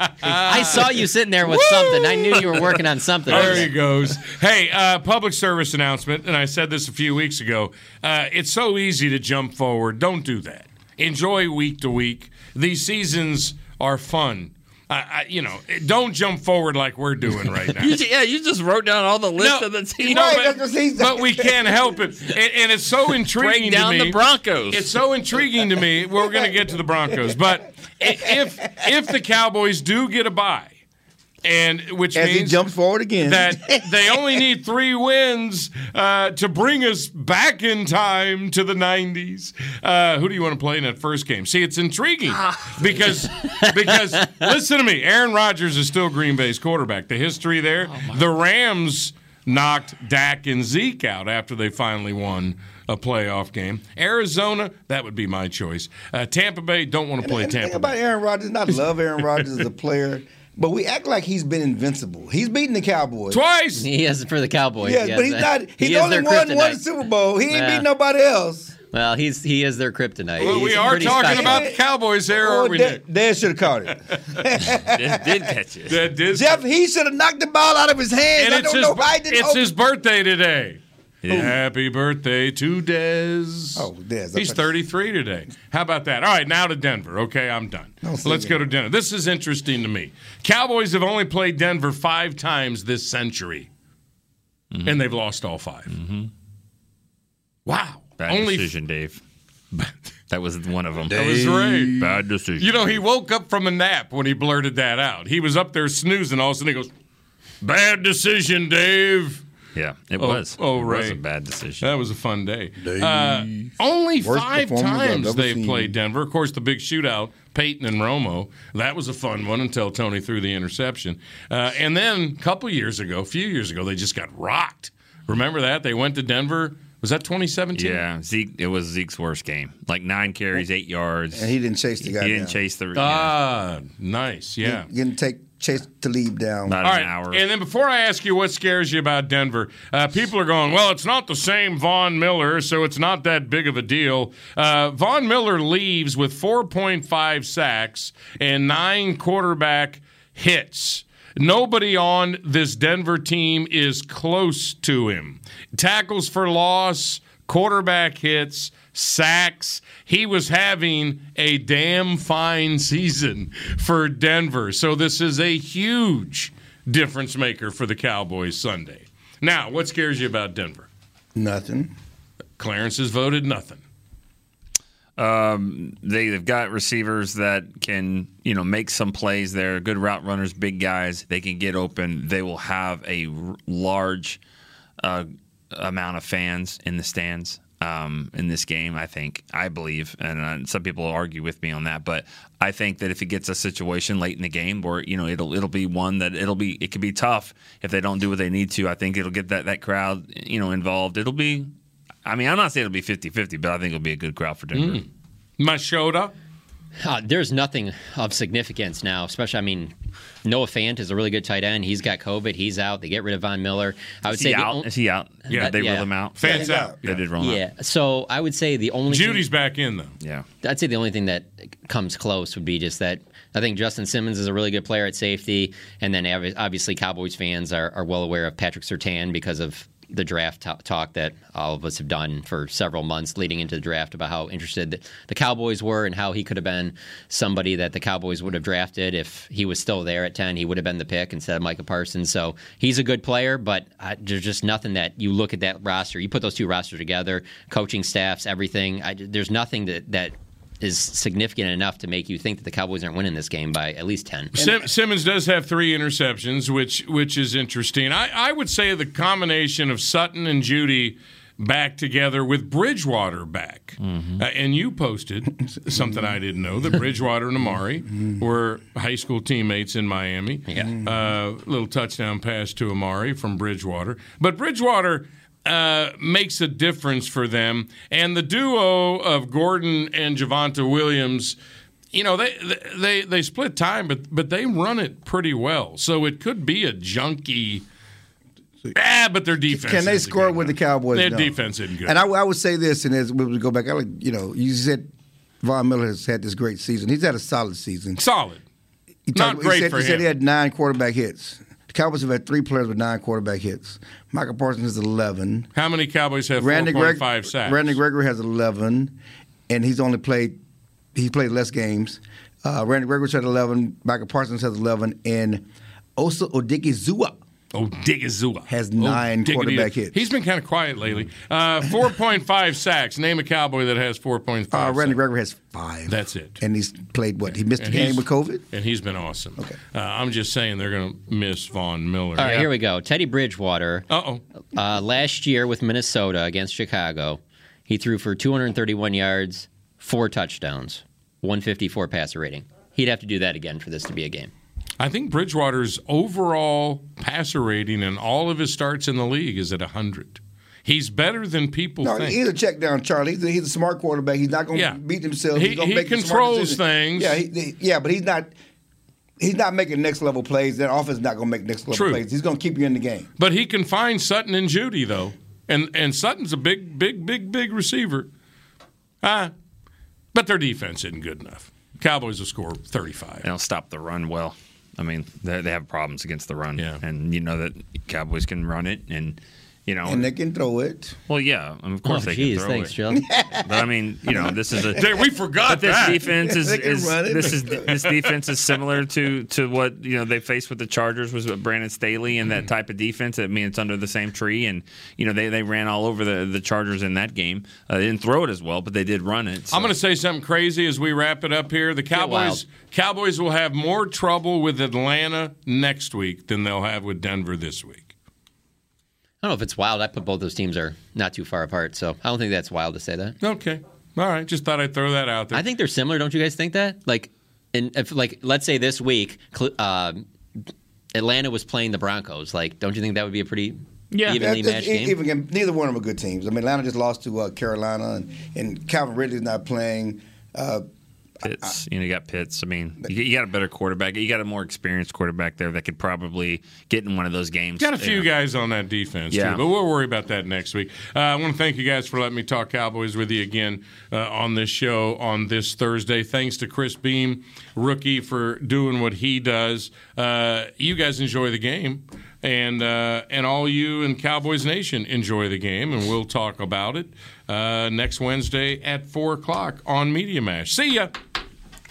S8: I saw you sitting there with something. I knew you were working on something.
S5: There he goes. Hey, uh, public service announcement, and I said this a few weeks ago. Uh, it's so easy to jump forward. Don't do that. Enjoy week to week. These seasons are fun. I, I, you know, don't jump forward like we're doing right
S8: *laughs*
S5: now.
S7: You ju- yeah, you just wrote down all the list of the team.
S5: No, but, but we can't help it, and, and it's so intriguing.
S7: down
S5: to me.
S7: the Broncos.
S5: It's so intriguing to me. We're going to get to the Broncos, but i- if if the Cowboys do get a bye, and which
S6: As he
S5: means
S6: jumps forward again. *laughs*
S5: that they only need three wins uh, to bring us back in time to the '90s. Uh, who do you want to play in that first game? See, it's intriguing because because listen to me, Aaron Rodgers is still Green Bay's quarterback. The history there, the Rams knocked Dak and Zeke out after they finally won. A playoff game, Arizona. That would be my choice. Uh, Tampa Bay. Don't want to play
S6: The thing
S5: Tampa. Bay.
S6: about Aaron Rodgers, and I love Aaron Rodgers as a player, but we act like he's been invincible. He's beaten the Cowboys
S5: twice.
S8: He is for the Cowboys.
S6: Yeah,
S8: yes.
S6: but he's not. He's
S8: He is
S6: only
S8: their
S6: won one
S8: kryptonite.
S6: Super Bowl. He ain't
S8: Yeah.
S6: beat nobody else.
S8: Well, he's he is their kryptonite.
S6: Well, we
S8: He's
S6: are
S8: pretty
S6: talking
S8: special.
S5: about the Cowboys there,
S6: Oh,
S5: aren't we?
S6: that- Dad should have caught it. *laughs*
S7: did catch *laughs* it.
S5: That did.
S6: Jeff, he should have knocked the ball out of his hands.
S5: And
S6: I
S5: it's
S6: don't
S5: his,
S6: know why I didn't.
S5: it's
S6: open-
S5: his birthday today. Happy birthday to Dez. Oh,
S6: Dez.
S5: He's 33 today. How about that? All right, now to Denver. Okay, I'm done.
S6: say
S5: Let's go to Denver. This is interesting to me. Cowboys have only played Denver five times this century,
S7: Mm-hmm.
S5: and they've lost all 5 Wow.
S7: Bad
S5: Only-
S7: decision, Dave. *laughs* that was one of them.
S5: That was right.
S7: Bad decision.
S5: You know, he woke up from a nap when he blurted that out. He was up there snoozing. All of a sudden, he goes, Bad decision, Dave.
S7: yeah, it
S5: Oh,
S7: was.
S5: oh,
S7: It was
S5: right.
S7: a bad decision.
S5: That was a fun day. Uh, only
S7: Worst
S5: five
S7: performance I've
S5: times
S7: ever
S5: they've
S7: seen.
S5: played Denver. Of course, the big shootout, Peyton and Romo. That was a fun one until Tony threw the interception. Uh, and then a couple years ago, a few years ago, they just got rocked. Remember that? They went to Denver. Was that 2017?
S7: Yeah, Zeke. It was Zeke's worst game. Like nine carries, eight yards.
S6: And he didn't chase the guy
S7: He didn't
S6: down.
S7: chase the.
S5: Ah, nice. Yeah.
S6: You didn't take Chase to leave down.
S7: About
S5: All right, And then before I ask you what scares you about Denver, uh, people are going, well, it's not the same Von Miller, so it's not that big of a deal. Uh, Von Miller leaves with 4.5 sacks and nine quarterback hits. Nobody on this Denver team is close to him. Tackles for loss, quarterback hits, sacks. He was having a damn fine season for Denver. So this is a huge difference maker for the Cowboys Sunday. Now, what scares you about Denver?
S6: Nothing.
S5: Clarence has voted nothing.
S7: Um, they, they've got receivers that can, you know, make some plays. They're good route runners, big guys. They can get open. They will have a r- large uh, amount of fans in the stands um, in this game. I think, I believe, and uh, some people argue with me on that, but I think that if it gets a situation late in the game where you know it'll it'll be one that it'll be it could be tough if they don't do what they need to. I think it'll get that that crowd you know involved. It'll be. I mean, I'm not saying it'll be 50-50, but I think it'll be a good crowd for Denver.
S5: Mashoda.
S8: Uh, there's nothing of significance now, especially, I mean, Noah Fant is a really good tight end. He's got COVID. He's out. They get rid of Von Miller. I would
S7: Is
S8: say
S7: he
S8: the
S7: out?
S8: on-
S7: Is he out?
S8: Yeah.
S7: Yeah, they
S8: Yeah.
S7: roll him out.
S5: Fans Yeah. out.
S7: They did roll him
S8: yeah.
S7: out.
S8: So I would say the only
S5: Judy's back in though.
S7: Yeah.
S8: I'd say the only thing that comes close would be just that I think Justin Simmons is a really good player at safety, and then obvi- obviously Cowboys fans are, are well aware of Patrick Sertan because of the draft to- talk that all of us have done for several months leading into the draft about how interested the, the Cowboys were and how he could have been somebody that the Cowboys would have drafted if he was still there at 10 he would have been the pick instead of Micah Parsons so he's a good player but I, there's just nothing that you look at that roster you put those two rosters together coaching staffs everything I, there's nothing that, that is significant enough to make you think that the Cowboys aren't winning this game by at least 10
S5: Sim- Simmons does have three interceptions, which which is interesting. I, I would say the combination of Sutton and Judy back together with Bridgewater back, Uh, and you posted something I didn't know that Bridgewater and Amari were high school teammates in Miami. Yeah, uh, little touchdown pass to Amari from Bridgewater, but Bridgewater. uh, makes a difference for them. And the duo of Gordon and Javonta Williams, you know, they they they split time, but but they run it pretty well. So it could be a junky. Ah, but their defense.
S6: Can they
S5: isn't
S6: score with the Cowboys?
S5: Their
S6: No.
S5: defense isn't good.
S6: And I, I would say this, and as we go back, I like you know, you said Von Miller has had this great season. He's had a solid season.
S5: Solid.
S6: He
S5: Not great
S6: he said,
S5: for
S6: he said he
S5: him.
S6: had nine quarterback hits. The Cowboys have had three players with nine quarterback hits. Michael Parsons is eleven.
S5: How many Cowboys have
S6: Randy Greg-
S5: 4.5 sacks?
S6: Randy Gregory has eleven, and he's only played he played less games. Uh, Randy Gregory's had eleven. Michael Parsons has eleven, and Osa uh, Odigizua.
S5: Oh, Odigizua
S6: has nine
S5: diggity.
S6: quarterback hits.
S5: Oh, He's been kind of quiet lately. Uh, 4.5 *laughs* sacks. Name a Cowboy that has 4.5
S6: Uh,
S5: sacks.
S6: Randy Gregory has five.
S5: That's it.
S6: And he's played what? He missed a
S5: And
S6: game
S5: he's-
S6: with COVID.
S5: And he's been awesome. Okay. Uh, I'm just saying they're going to miss Von Miller.
S8: All right, here we go. Teddy Bridgewater.
S5: Uh-oh.
S8: Uh Last year with Minnesota against Chicago, he threw for 231 yards, four touchdowns, 154 passer rating. He'd have to do that again for this to be a game.
S5: I think Bridgewater's overall passer rating in all of his starts in the league is at 100. He's better than people
S6: No,
S5: think.
S6: he's a check down, Charlie. He's a, he's a smart quarterback. He's not going to
S5: Yeah.
S6: beat himself.
S5: He-
S6: he's gonna
S5: he
S6: make the smart
S5: controls
S6: decisions.
S5: things.
S6: Yeah, he- he, yeah, but he's not. He's not making next level plays. That offense is not going to make next level
S5: True.
S6: plays. He's going to keep you in the game.
S5: But he can find Sutton and Judy though, and and Sutton's a big, big, big, big receiver. Ah, but their defense isn't good enough. Cowboys will score thirty-five.
S7: They'll stop the run well. I mean, they, they have problems against the run, yeah. and you know that Cowboys can run it, and you know,
S6: And they can throw it.
S7: Well, yeah, of course
S6: Oh,
S7: they
S6: geez,
S7: can throw
S6: thanks, *laughs*
S7: it.
S6: Joe.
S7: But I mean, you know,
S5: *laughs*
S7: this is a
S5: Dude, we forgot
S7: But this
S5: that.
S7: defense is,
S5: They can
S7: is
S5: run it.
S7: this is this defense is similar to to what you know they faced with the Chargers was with Brandon Staley and that type of defense. I mean, it's under the same tree, and you know they, they ran all over the the Chargers in that game. Uh, they didn't throw it as well, but they did run it.
S5: I'm going to say something crazy as we wrap it up here. The Cowboys
S7: wild.
S5: Cowboys will have more trouble with Atlanta next week than they'll have with Denver this week.
S8: I don't know if it's wild. I put both those teams are not too far apart, so I don't think that's wild to say that.
S5: Okay. All right. Just thought I'd throw that out there.
S8: I think they're similar. Don't you guys think that? Like, and if like let's say this week, Cl- uh, Atlanta was playing the Broncos. Like, don't you think that would be a pretty evenly
S6: That-
S8: matched
S6: e-
S8: game?
S6: even game- neither one of them are good teams. I mean, Atlanta just lost to uh, Carolina, and, and Calvin Ridley's not playing. Uh,
S7: Pitts. You know, you got Pitts. I mean, you, you got a better quarterback. You got a more experienced quarterback there that could probably get in one of those games.
S5: Got a
S7: you
S5: few
S7: know.
S5: guys on that defense,
S7: Yeah.
S5: too, but we'll worry about that next week. Uh, I want to thank you guys for letting me talk Cowboys with you again uh, on this show on this Thursday. Thanks to Chris Beam, rookie, for doing what he does. Uh, you guys enjoy the game, and uh, and all you in Cowboys Nation enjoy the game, and we'll talk about it uh, next Wednesday at four o'clock on Media Mash. See ya.